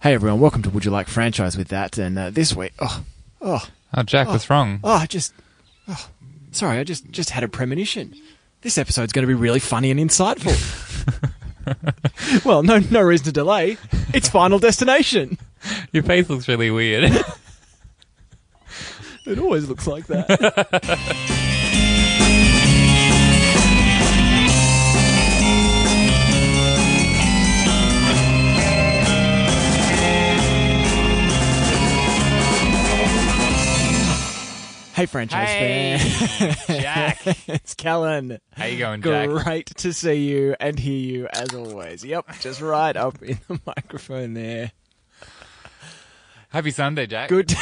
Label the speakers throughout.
Speaker 1: Hey everyone, welcome to Would You Like Franchise with that. And uh, this week, oh, oh,
Speaker 2: Oh, Jack, what's wrong?
Speaker 1: oh, I just, oh, sorry, I just just had a premonition. This episode's going to be really funny and insightful. well, no, no reason to delay. It's Final Destination.
Speaker 2: Your face looks really weird.
Speaker 1: It always looks like that. hey, franchise fan.
Speaker 2: Jack.
Speaker 1: It's Callan.
Speaker 2: How you going, Jack?
Speaker 1: Great to see you and hear you as always. Yep, just right up in the microphone there.
Speaker 2: Happy Sunday, Jack.
Speaker 1: Good.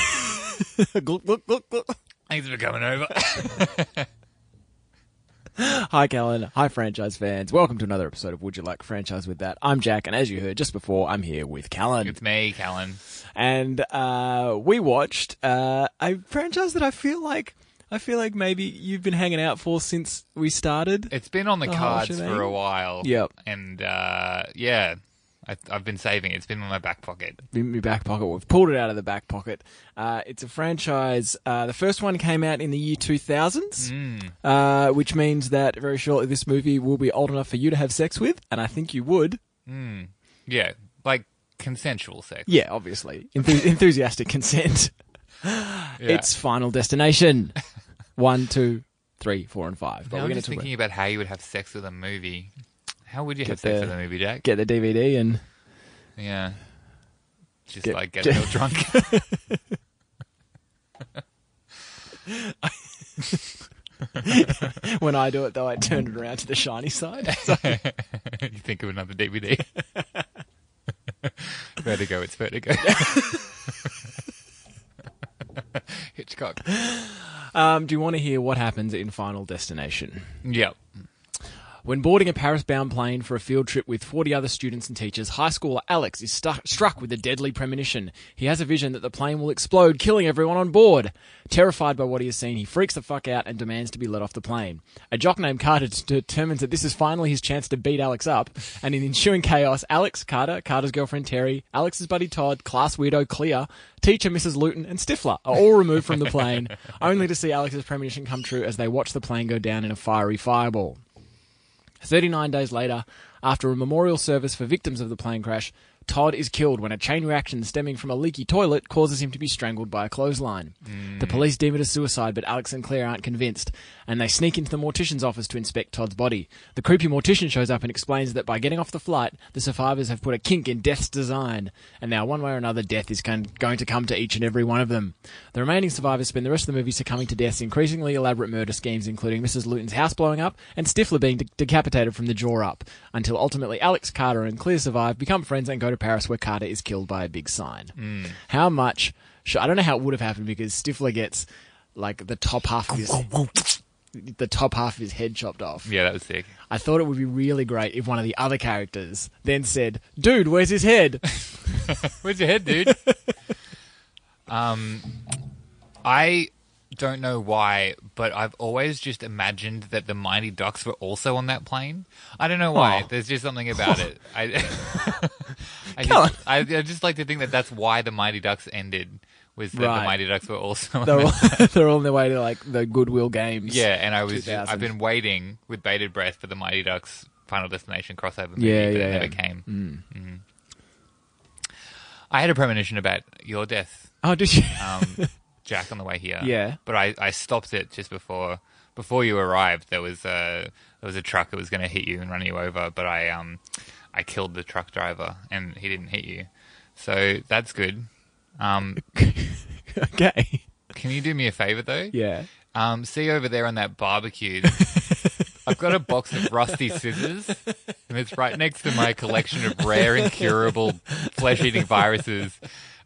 Speaker 1: Look, look, look, look.
Speaker 2: Thanks for coming over.
Speaker 1: Hi, Callan. Hi, franchise fans. Welcome to another episode of Would You Like Franchise with That. I'm Jack, and as you heard just before, I'm here with Callan.
Speaker 2: it's me, Callan.
Speaker 1: And uh, we watched uh, a franchise that I feel like I feel like maybe you've been hanging out for since we started.
Speaker 2: It's been on the
Speaker 1: The whole
Speaker 2: cards for a
Speaker 1: shebang.
Speaker 2: while.
Speaker 1: Yep.
Speaker 2: And uh, yeah, I, I've been saving it. It's been in my back pocket.
Speaker 1: in my back pocket. We've pulled it out of the back pocket. Uh, it's a franchise. Uh, the first one came out in the year 2000s,
Speaker 2: Mm,
Speaker 1: uh, which means that very shortly this movie will be old enough for you to have sex with, and I think you would.
Speaker 2: mm. Yeah, like consensual sex.
Speaker 1: Yeah, obviously. Enthu- enthusiastic consent.
Speaker 2: Yeah.
Speaker 1: It's Final Destination. One, two, three, four, and five. But we're
Speaker 2: Now I'm
Speaker 1: going
Speaker 2: just
Speaker 1: to talk
Speaker 2: thinking
Speaker 1: about
Speaker 2: about how you would have sex with a movie. How would you have
Speaker 1: Get
Speaker 2: sex
Speaker 1: the-
Speaker 2: with a movie, Jack?
Speaker 1: get the DVD and
Speaker 2: yeah. Just
Speaker 1: Get-
Speaker 2: like get
Speaker 1: get-
Speaker 2: real drunk.
Speaker 1: when I do it though I turned it around to the shiny side.
Speaker 2: you think of another DVD. vertigo, it's vertigo. Hitchcock.
Speaker 1: Um, do you want to hear what happens in Final Destination?
Speaker 2: Yep.
Speaker 1: When boarding a Paris bound plane for a field trip with 40 other students and teachers, high schooler Alex is stu- struck with a deadly premonition. He has a vision that the plane will explode, killing everyone on board. Terrified by what he has seen, he freaks the fuck out and demands to be let off the plane. A jock named Carter d- determines that this is finally his chance to beat Alex up, and in ensuing chaos, Alex, Carter, Carter's girlfriend Terry, Alex's buddy Todd, class weirdo Clea, teacher Mrs. Luton, and Stifler are all removed from the plane, only to see Alex's premonition come true as they watch the plane go down in a fiery fireball. 39 days later, after a memorial service for victims of the plane crash, Todd is killed when a chain reaction stemming from a leaky toilet causes him to be strangled by a clothesline. The police deem it a suicide, but Alex and Claire aren't convinced, and they sneak into the mortician's office to inspect Todd's body. The creepy mortician shows up and explains that by getting off the flight, the survivors have put a kink in death's design, and now one way or another, death is con- going to come to each and every one of them. The remaining survivors spend the rest of the movie succumbing to death's increasingly elaborate murder schemes, including Mrs. Luton's house blowing up and Stifler being de- decapitated from the jaw up, until ultimately Alex, Carter, and Clear survive, become friends, and go to Paris where Carter is killed by a big sign. How much? sh- I don't know how it would have happened because Stifler gets like the top half of his the top half of his head chopped off.
Speaker 2: Yeah, that was sick.
Speaker 1: I thought it would be really great if one of the other characters then said, "Dude, where's his head?"
Speaker 2: Where's your head, dude? um, I don't know why, but I've always just imagined that the Mighty Ducks were also on that plane. I don't know why.
Speaker 1: Oh.
Speaker 2: There's just something about it. I, I,
Speaker 1: Come
Speaker 2: just, I, I just like to think that that's why the Mighty Ducks ended. Was that the
Speaker 1: Right.
Speaker 2: Mighty Ducks were also on
Speaker 1: They're
Speaker 2: that
Speaker 1: all, they're all on their way to like the Goodwill Games.
Speaker 2: Yeah, and I was
Speaker 1: 2000.
Speaker 2: I've been waiting with bated breath for the Mighty Ducks Final Destination crossover movie,
Speaker 1: Yeah,
Speaker 2: but
Speaker 1: yeah,
Speaker 2: it never
Speaker 1: yeah.
Speaker 2: came. Mm. I had a premonition about your death,
Speaker 1: Oh, did you?
Speaker 2: um, Jack, on the way here.
Speaker 1: Yeah.
Speaker 2: but I, I stopped it just before before you arrived. There was a there was a truck that was going to hit you and run you over, but I um I killed the truck driver and he didn't hit you, so that's good. Um,
Speaker 1: okay.
Speaker 2: can you do me a favor though?
Speaker 1: Yeah.
Speaker 2: Um, see over there on that barbecue. I've got a box of rusty scissors, and it's right next to my collection of rare, incurable flesh-eating viruses,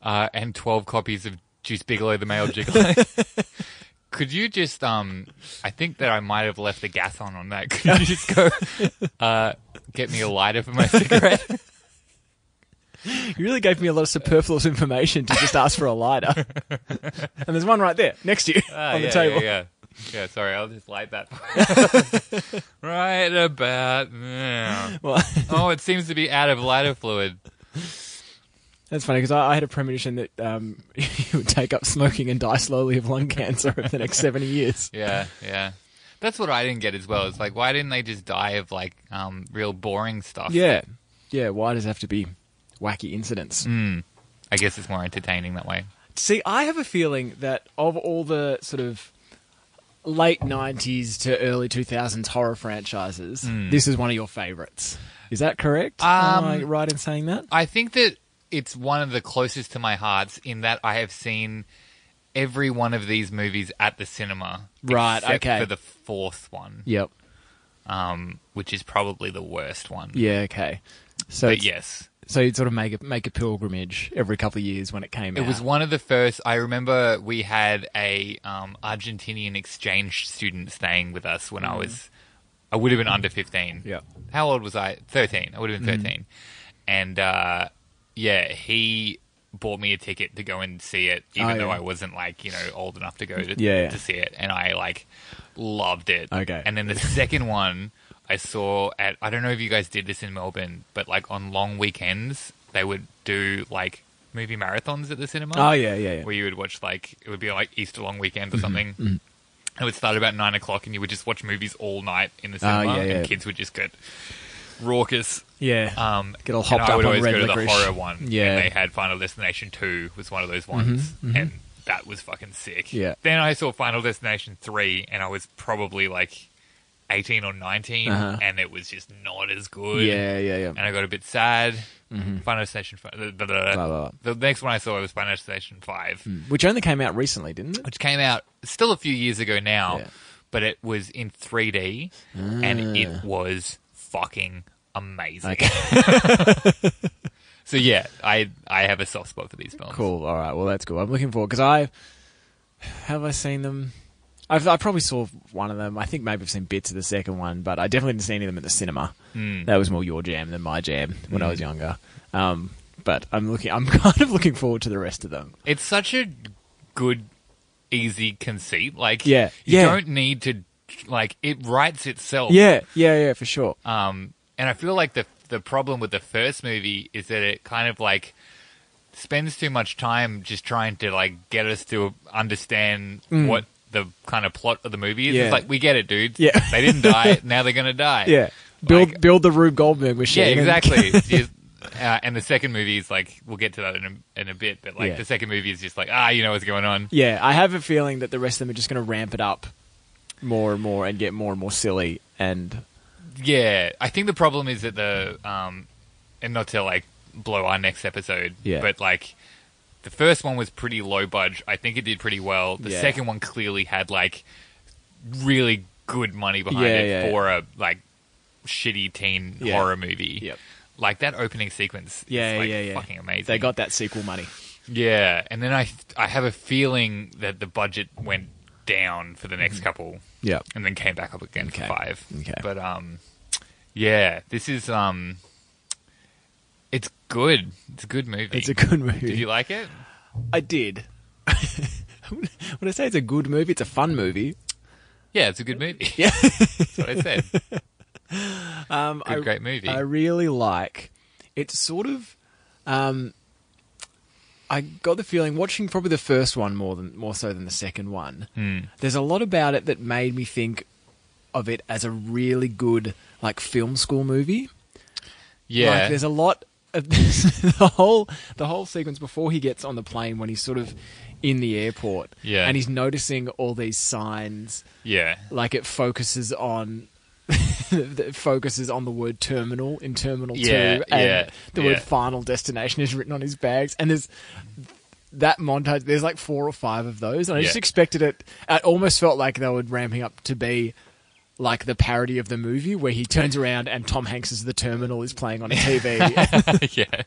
Speaker 2: uh, and twelve copies of Juice Bigelow, the male gigolo. Could you just? Um, I think that I might have left the gas on on that. Could you just go uh, get me a lighter for my cigarette?
Speaker 1: You really gave me a lot of superfluous information to just ask for a lighter. and there's one right there next to you
Speaker 2: Ah,
Speaker 1: on the
Speaker 2: yeah,
Speaker 1: table.
Speaker 2: Yeah, yeah, yeah. Sorry, I'll just light that. right about now.
Speaker 1: Well,
Speaker 2: Oh, it seems to be out of lighter fluid.
Speaker 1: That's funny because I, I had a premonition that um, you would take up smoking and die slowly of lung cancer over the next 70 years.
Speaker 2: Yeah, yeah. That's what I didn't get as well. It's like, why didn't they just die of like um, real boring stuff?
Speaker 1: Yeah. Yeah. Why does it have to be wacky incidents?
Speaker 2: I guess it's more entertaining that way.
Speaker 1: See, I have a feeling that of all the sort of late 90s to early 2000s horror franchises, this is one of your favorites. Is that correct? Am I right in saying that?
Speaker 2: I think that it's one of the closest to my hearts in that I have seen every one of these movies at the cinema.
Speaker 1: Right,
Speaker 2: except
Speaker 1: okay.
Speaker 2: For the fourth one,
Speaker 1: Yep.
Speaker 2: um, which is probably the worst one.
Speaker 1: Yeah, okay. So
Speaker 2: But
Speaker 1: it's-
Speaker 2: yes,
Speaker 1: so you'd sort of make a make a pilgrimage every couple of years when it came
Speaker 2: it
Speaker 1: out.
Speaker 2: was one of the first. I remember we had a um, Argentinian exchange student staying with us when I was. I would have been under fifteen.
Speaker 1: Mm. Yeah. Mm-hmm.
Speaker 2: How old was I? Thirteen. I would have been thirteen. And uh, yeah, he bought me a ticket to go and see it, even
Speaker 1: Oh,
Speaker 2: though
Speaker 1: yeah.
Speaker 2: I wasn't like you know old enough to go to,
Speaker 1: Yeah, yeah.
Speaker 2: to see it, and I like loved it.
Speaker 1: Okay.
Speaker 2: And then the second one I saw at I don't know if you guys did this in Melbourne, but like on long weekends they would do like movie marathons at the cinema.
Speaker 1: Oh yeah, Mm-hmm. yeah, yeah.
Speaker 2: Where you would watch like it would be like Easter long weekends or something.
Speaker 1: Mm-hmm.
Speaker 2: It would start about nine o'clock, and you would just watch movies all night in the
Speaker 1: Ah,
Speaker 2: cinema,
Speaker 1: yeah, yeah.
Speaker 2: and kids would just get raucous.
Speaker 1: yeah.
Speaker 2: Um,
Speaker 1: Get all
Speaker 2: and
Speaker 1: hopped
Speaker 2: I
Speaker 1: up
Speaker 2: would
Speaker 1: on
Speaker 2: always
Speaker 1: red
Speaker 2: go to
Speaker 1: licorice.
Speaker 2: the horror one.
Speaker 1: Yeah. Mm-hmm,
Speaker 2: and they had Final Destination Two was one of those ones, and that was fucking sick.
Speaker 1: Yeah.
Speaker 2: Then I saw Final Destination Three, and I was probably like eighteen or 19
Speaker 1: Uh-huh.
Speaker 2: and it was just not as good.
Speaker 1: yeah, yeah, yeah.
Speaker 2: And I got a bit sad. Final Destination. fi- Blah, blah, blah.
Speaker 1: Blah, Mm. blah,
Speaker 2: The next one I saw was Final Destination Five
Speaker 1: Which only came out recently, didn't it?
Speaker 2: which came out still a few years ago now,
Speaker 1: Yeah. Ah.
Speaker 2: but it was in 3D and it was fucking amazing. so yeah, I I have a soft spot for these films.
Speaker 1: Cool. All right. Well, that's cool. I'm looking forward because I have I seen them. I've, I probably saw one of them. I think maybe I've seen bits of the second one, but I definitely didn't see any of them at the cinema. That was more your jam than my jam when I was younger. Um, but I'm looking. I'm kind of looking forward to the rest of them.
Speaker 2: It's such a good, easy conceit. Like
Speaker 1: Yeah.
Speaker 2: you
Speaker 1: Yeah.
Speaker 2: don't need to like it writes itself.
Speaker 1: Yeah, yeah, yeah, for sure.
Speaker 2: Um, and I feel like the the problem with the first movie is that it kind of like spends too much time just trying to like get us to understand what the kind of plot of the movie is.
Speaker 1: Mm. Yeah.
Speaker 2: It's like we get it, dude.
Speaker 1: Yeah.
Speaker 2: they didn't die. Now they're gonna die.
Speaker 1: yeah, build
Speaker 2: Like-
Speaker 1: build the Rube Goldberg machine.
Speaker 2: yeah, exactly. It's just- uh, and the second movie is like we'll get to that in a, in a bit, but like
Speaker 1: Yeah.
Speaker 2: the second movie is just like ah, you know what's going on.
Speaker 1: Yeah, I have a feeling that the rest of them are just going to ramp it up more and more and get more and more silly. And
Speaker 2: Yeah, I think the problem is that the um, and not to like blow our next episode,
Speaker 1: Yeah.
Speaker 2: but like the first one was pretty low budge. I think it did pretty well. The
Speaker 1: Yeah.
Speaker 2: second one clearly had like really good money behind
Speaker 1: Yeah,
Speaker 2: it
Speaker 1: yeah,
Speaker 2: for a like shitty teen
Speaker 1: Yeah.
Speaker 2: horror movie.
Speaker 1: Yep.
Speaker 2: Like that opening sequence
Speaker 1: Yeah,
Speaker 2: is like
Speaker 1: yeah, yeah.
Speaker 2: fucking amazing.
Speaker 1: they got that sequel money.
Speaker 2: Yeah, and then I I have a feeling that the budget went down for the
Speaker 1: Mm-hmm.
Speaker 2: next couple
Speaker 1: Yeah,
Speaker 2: and then came back up again
Speaker 1: Okay.
Speaker 2: for five.
Speaker 1: Okay.
Speaker 2: But um, yeah, this is um, it's good. It's a good movie.
Speaker 1: it's a good
Speaker 2: Did
Speaker 1: movie.
Speaker 2: you like it?
Speaker 1: I did. when I say it's a good movie, it's a fun movie.
Speaker 2: Yeah, it's a good movie.
Speaker 1: Yeah.
Speaker 2: That's what I said.
Speaker 1: Um,
Speaker 2: Good,
Speaker 1: I,
Speaker 2: great movie.
Speaker 1: I really like. It's sort of. Um, I got the feeling watching probably the first one more than more so than the second one.
Speaker 2: Hmm.
Speaker 1: There's a lot about it that made me think of it as a really good like film school movie. Like,
Speaker 2: yeah,
Speaker 1: there's a lot of the whole the whole sequence before he gets on the plane when he's sort of in the airport.
Speaker 2: Yeah.
Speaker 1: And he's noticing all these signs
Speaker 2: yeah,
Speaker 1: like it focuses on it focuses on the word terminal in terminal
Speaker 2: Yeah,
Speaker 1: 2 and
Speaker 2: yeah,
Speaker 1: the
Speaker 2: yeah.
Speaker 1: word final destination is written on his bags and there's that montage there's like four or five of those and i just
Speaker 2: Yeah.
Speaker 1: expected it it almost felt like they were ramping up to be like the parody of the movie where he turns around and tom hanks's the terminal is playing on a tv
Speaker 2: yeah,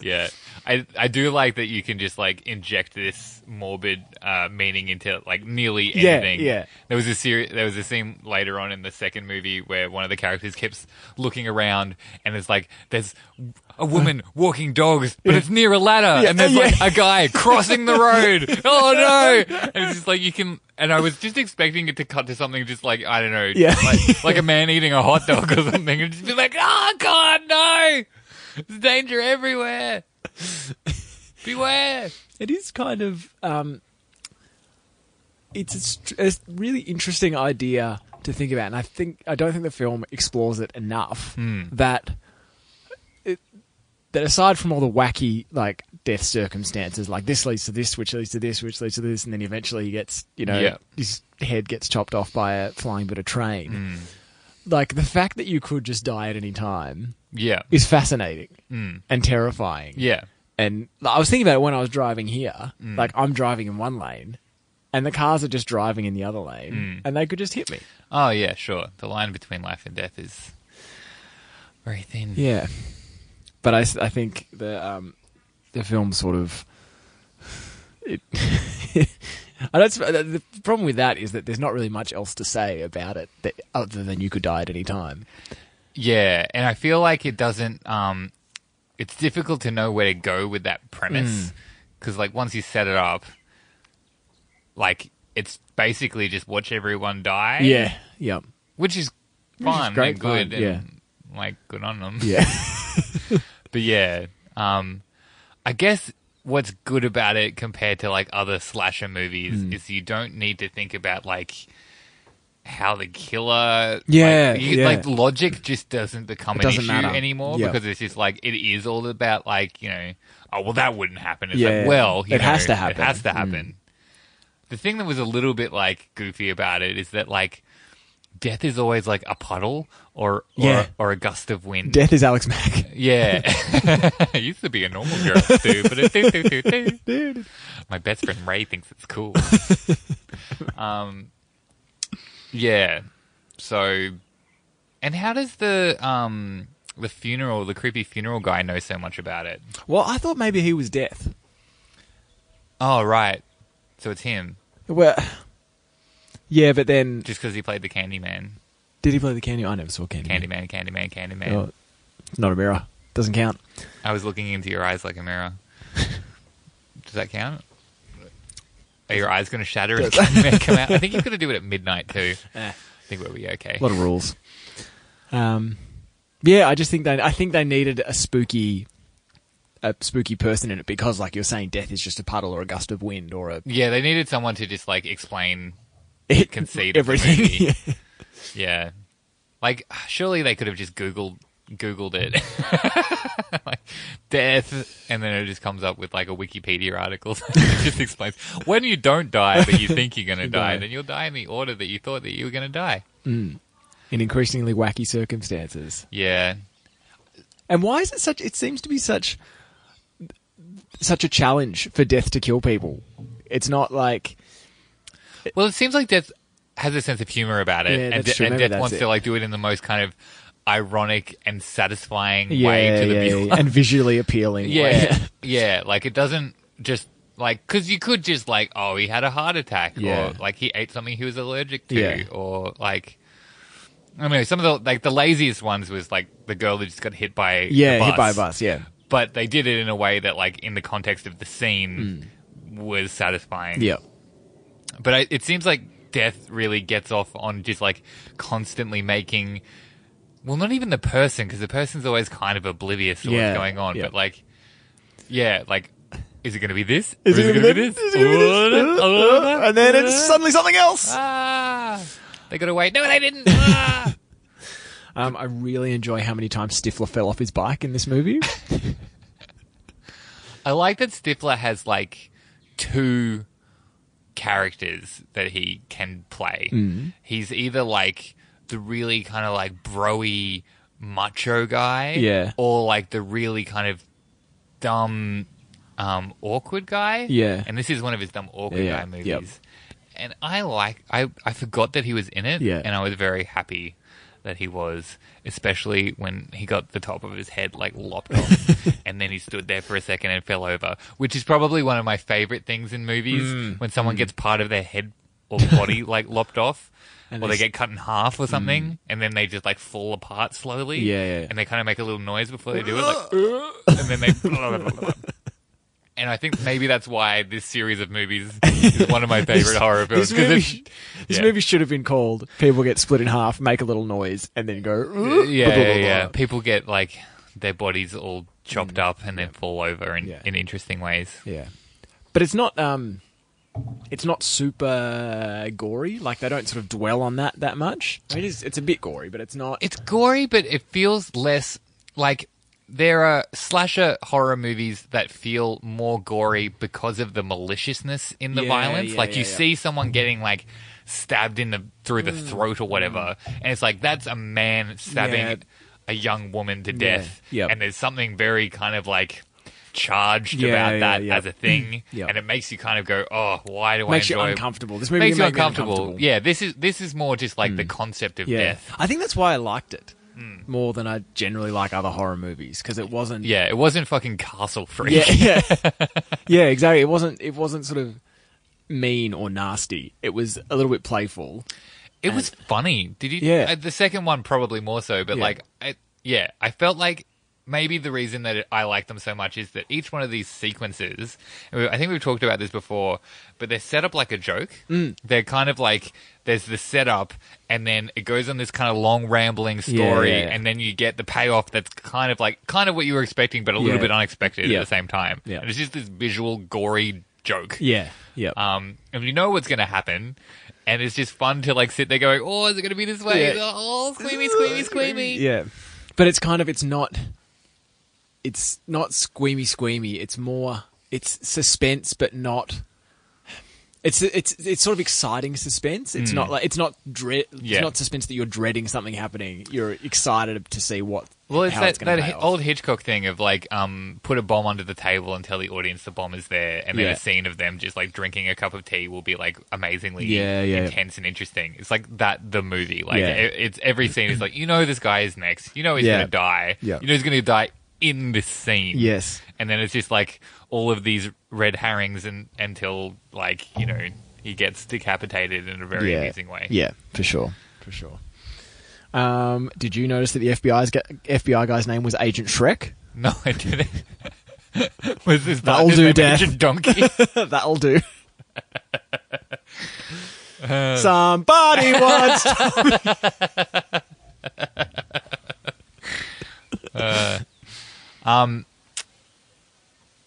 Speaker 2: yeah. I I do like that you can just like inject this morbid uh, meaning into like nearly
Speaker 1: Yeah,
Speaker 2: anything.
Speaker 1: yeah.
Speaker 2: There was a seri- There was a scene later on in the second movie where one of the characters keeps looking around and it's like there's a woman walking dogs, but it's near a ladder,
Speaker 1: Uh. Yeah,
Speaker 2: and there's
Speaker 1: yeah.
Speaker 2: like a guy crossing the road. oh no! And it's just like you can. And I was just expecting it to cut to something just like I don't know,
Speaker 1: Yeah.
Speaker 2: like, like a man eating a hot dog or something, and just be like, oh god, no! There's danger everywhere. Beware!
Speaker 1: It is kind of um, it's a, str- a really interesting idea to think about, and I think I don't think the film explores it enough. That it, that aside from all the wacky like death circumstances, like this leads to this, which leads to this, which leads to this, and then eventually he gets you know
Speaker 2: Yeah.
Speaker 1: his head gets chopped off by a flying bit of train. Like the fact that you could just die at any time
Speaker 2: Yeah.
Speaker 1: is fascinating and terrifying.
Speaker 2: Yeah.
Speaker 1: And like, I was thinking about it when I was driving here. Like I'm driving in one lane, and the cars are just driving in the other lane, and they could just hit me.
Speaker 2: Oh, yeah, sure. The line between life and death is very thin.
Speaker 1: Yeah, but I, s- I think the um, the film sort of it. I don't. sp- The the problem with that is that there's not really much else to say about it that, other than you could die at any time.
Speaker 2: Yeah, and I feel like it doesn't. Um, it's difficult to know where to go with that
Speaker 1: Hmm.
Speaker 2: premise because, like, once you set it up, like it's basically just watch everyone die.
Speaker 1: Yeah. Yep.
Speaker 2: which is fun
Speaker 1: great
Speaker 2: and good.
Speaker 1: fun,
Speaker 2: and, like good on them.
Speaker 1: Yeah.
Speaker 2: But yeah, um, I guess what's good about it compared to like other slasher movies
Speaker 1: Hmm.
Speaker 2: is you don't need to think about like how the killer.
Speaker 1: Yeah,
Speaker 2: like, you-
Speaker 1: yeah.
Speaker 2: like, logic just doesn't become an
Speaker 1: doesn't
Speaker 2: issue
Speaker 1: matter.
Speaker 2: anymore
Speaker 1: Yeah.
Speaker 2: because it's just like it is all about like you know, oh well that wouldn't happen. It's
Speaker 1: Yeah.
Speaker 2: like well, you
Speaker 1: It has to
Speaker 2: know,
Speaker 1: happen. Hmm.
Speaker 2: It has to happen. The thing that was a little bit like goofy about it is that like death is always like a puddle or or,
Speaker 1: Yeah.
Speaker 2: or a gust of wind.
Speaker 1: Death is Alex Mack.
Speaker 2: Yeah. it used to be a normal girl too, but it's doo, doo, doo, doo. My best friend Ray thinks it's cool. um, yeah. So, and how does the um the funeral, the creepy funeral guy, know so much about it?
Speaker 1: Well, I thought maybe he was Death.
Speaker 2: Oh, right. So it's him,
Speaker 1: Well, yeah, but then
Speaker 2: just because he played the Candyman,
Speaker 1: did he play the Candy? I never saw Candy.
Speaker 2: Candyman, Candyman, Candyman.
Speaker 1: Oh, it's not a mirror. Doesn't count.
Speaker 2: I was looking into your eyes like a mirror. Does that count? Are your eyes going to shatter and come out? I think you've got to do it at midnight too.
Speaker 1: Eh.
Speaker 2: I think we'll be okay.
Speaker 1: A lot of rules. Um, yeah, I just think they. I think they needed a spooky, a spooky person in it because, like you're saying, death is just a puddle or a gust of wind or a
Speaker 2: Yeah, they needed someone to just like explain.
Speaker 1: it
Speaker 2: Conceit of the
Speaker 1: everything.
Speaker 2: movie. Yeah, like surely they could have just googled googled it, like death, and then it just comes up with like a Wikipedia article. it just explains when you don't die, but you think you're going to die,
Speaker 1: die.
Speaker 2: then you'll die in the order that you thought that you were going to die.
Speaker 1: in increasingly wacky circumstances.
Speaker 2: Yeah,
Speaker 1: And why is it such? It seems to be such, such a challenge for death to kill people. It's not like
Speaker 2: Well, it seems like Death has a sense of humor about it,
Speaker 1: Yeah,
Speaker 2: and,
Speaker 1: that's
Speaker 2: De-
Speaker 1: true.
Speaker 2: and
Speaker 1: Maybe
Speaker 2: Death
Speaker 1: that's
Speaker 2: wants
Speaker 1: it.
Speaker 2: to like do it in the most kind of ironic and satisfying way
Speaker 1: yeah,
Speaker 2: to the
Speaker 1: yeah,
Speaker 2: viewer.
Speaker 1: yeah, and visually appealing.
Speaker 2: Yeah,
Speaker 1: way.
Speaker 2: yeah. Like it doesn't just like because you could just like oh he had a heart attack
Speaker 1: Yeah.
Speaker 2: or like he ate something he was allergic to
Speaker 1: Yeah.
Speaker 2: or like. I mean, some of the like the laziest ones was like the girl that just got hit by the
Speaker 1: yeah,
Speaker 2: bus,
Speaker 1: hit by a bus. Yeah,
Speaker 2: but they did it in a way that like in the context of the scene was satisfying.
Speaker 1: Hmm. yeah.
Speaker 2: But I, it seems like death really gets off on just like constantly making, well, not even the person because the person's always kind of oblivious to
Speaker 1: Yeah,
Speaker 2: what's going on.
Speaker 1: yeah.
Speaker 2: But like, yeah, like, is it going to be this?
Speaker 1: Is
Speaker 2: Or
Speaker 1: it
Speaker 2: gonna
Speaker 1: gonna be this? Is it Uh. gonna be this? And then it's suddenly something else.
Speaker 2: Ah, they got away. No, they didn't. Ah.
Speaker 1: Um, I really enjoy how many times Stifler fell off his bike in this movie.
Speaker 2: I like that Stifler has like two characters that he can play.
Speaker 1: Mm.
Speaker 2: He's either like the really kind of like broy macho guy,
Speaker 1: Yeah.
Speaker 2: or like the really kind of dumb, um, awkward guy,
Speaker 1: Yeah.
Speaker 2: And this is one of his dumb awkward
Speaker 1: Yeah,
Speaker 2: guy
Speaker 1: yep.
Speaker 2: movies. And I like I I forgot that he was in it,
Speaker 1: Yeah.
Speaker 2: and I was very happy that he was, especially when he got the top of his head like lopped off, and then he stood there for a second and fell over, which is probably one of my favorite things in movies
Speaker 1: Hmm.
Speaker 2: when someone gets part of their head or body like lopped off.
Speaker 1: And
Speaker 2: or
Speaker 1: they
Speaker 2: they
Speaker 1: s-
Speaker 2: get cut in half or something, and then they just like fall apart slowly.
Speaker 1: Yeah, yeah, yeah.
Speaker 2: And they kind of make a little noise before they do it, like, and then they. And I think maybe that's why this series of movies is one of my favorite horror films.
Speaker 1: This
Speaker 2: 'cause
Speaker 1: movie,
Speaker 2: it's-
Speaker 1: sh- this
Speaker 2: yeah.
Speaker 1: movie should have been called "People Get Split in Half, Make a Little Noise, and Then Go."
Speaker 2: yeah, yeah, yeah. People get like their bodies all chopped up and then fall over in,
Speaker 1: Mm. Yeah.
Speaker 2: in interesting ways.
Speaker 1: Yeah, but it's not um, it's not super gory. Like they don't sort of dwell on that that much. I mean, it's, it's a bit gory, but it's not.
Speaker 2: It's gory, but it feels less like there are slasher horror movies that feel more gory because of the maliciousness in the
Speaker 1: Yeah,
Speaker 2: violence.
Speaker 1: yeah,
Speaker 2: like you
Speaker 1: yeah, yeah.
Speaker 2: see someone getting like stabbed in the through the throat or whatever, and it's like that's a man stabbing
Speaker 1: Yeah.
Speaker 2: a young woman to death.
Speaker 1: Yep.
Speaker 2: And there's something very kind of like charged
Speaker 1: Yeah,
Speaker 2: about
Speaker 1: yeah,
Speaker 2: that
Speaker 1: yeah.
Speaker 2: as a thing,
Speaker 1: Yep.
Speaker 2: and it makes you kind of go, "Oh, why do
Speaker 1: makes
Speaker 2: I
Speaker 1: you
Speaker 2: enjoy?"
Speaker 1: uncomfortable. This movie
Speaker 2: Makes you
Speaker 1: made me
Speaker 2: uncomfortable. Yeah, this is this is more just like the concept of
Speaker 1: Mm. yeah. Hmm.
Speaker 2: death.
Speaker 1: I think that's why I liked it more than I generally like other horror movies because it wasn't.
Speaker 2: Yeah, it wasn't fucking Castle Freak.
Speaker 1: yeah, yeah, yeah. Exactly. It wasn't. It wasn't sort of mean or nasty. It was a little bit playful.
Speaker 2: It was funny. Did you?
Speaker 1: Yeah.
Speaker 2: uh, the second one probably more so, but
Speaker 1: Yeah.
Speaker 2: like, I, yeah, I felt like maybe the reason that I like them so much is that each one of these sequences, and we- I think we've talked about this before, but they're set up like a joke.
Speaker 1: Mm.
Speaker 2: They're kind of like there's the setup, and then it goes on this kind of long rambling story,
Speaker 1: yeah, yeah.
Speaker 2: and then you get the payoff that's kind of like kind of what you were expecting, but a little
Speaker 1: Yeah.
Speaker 2: bit unexpected
Speaker 1: Yeah.
Speaker 2: at the same time.
Speaker 1: Yeah.
Speaker 2: And it's just this visual gory joke.
Speaker 1: Yeah. Yeah.
Speaker 2: Um, and you know what's going to happen. And it's just fun to like sit there going, oh, is it going to be this way?
Speaker 1: Yeah.
Speaker 2: Oh, squeamy, squeamy, squeamy.
Speaker 1: Yeah. But it's kind of it's not it's not squeamy squeamy. It's more it's suspense but not it's it's it's sort of exciting suspense. It's not like it's not dread.
Speaker 2: Hmm. Yeah.
Speaker 1: It's not suspense that you're dreading something happening. You're excited to see what
Speaker 2: Well, it's
Speaker 1: how
Speaker 2: that,
Speaker 1: it's
Speaker 2: that
Speaker 1: going to
Speaker 2: hi- old Hitchcock thing of like, um, put a bomb under the table and tell the audience the bomb is there. And then
Speaker 1: Yeah.
Speaker 2: a scene of them just like drinking a cup of tea will be like amazingly
Speaker 1: Yeah, yeah.
Speaker 2: intense and interesting. It's like that, the movie. Like,
Speaker 1: Yeah.
Speaker 2: it, it's every scene is like, you know, this guy is next. You know, he's
Speaker 1: Yeah.
Speaker 2: going to die.
Speaker 1: Yeah.
Speaker 2: You know, he's going to die in this scene.
Speaker 1: Yes.
Speaker 2: and then it's just like all of these red herrings and until like you know he gets decapitated in a very amusing way
Speaker 1: Yeah, for sure. For sure. Um, did you notice that the FBI's gu- FBI guy's name was Agent Shrek?
Speaker 2: no i didn't was this
Speaker 1: That'll
Speaker 2: not
Speaker 1: do,
Speaker 2: just a
Speaker 1: Dad.
Speaker 2: mentioned donkey
Speaker 1: That'll do. Somebody wants. To-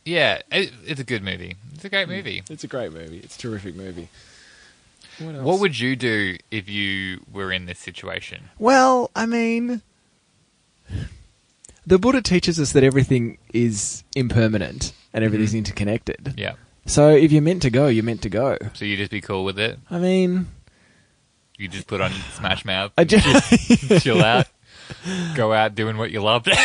Speaker 2: yeah it, it's a good movie it's a great movie
Speaker 1: it's a great movie. It's a terrific movie. What,
Speaker 2: what would you do if you were in this situation
Speaker 1: well, I mean, the Buddha teaches us that everything is impermanent and everything's
Speaker 2: Mm-hmm.
Speaker 1: interconnected.
Speaker 2: yeah
Speaker 1: So if you're meant to go, you're meant to go.
Speaker 2: so you just be cool with it
Speaker 1: I mean,
Speaker 2: you just put on smash mouth
Speaker 1: I just.
Speaker 2: chill out go out doing what you love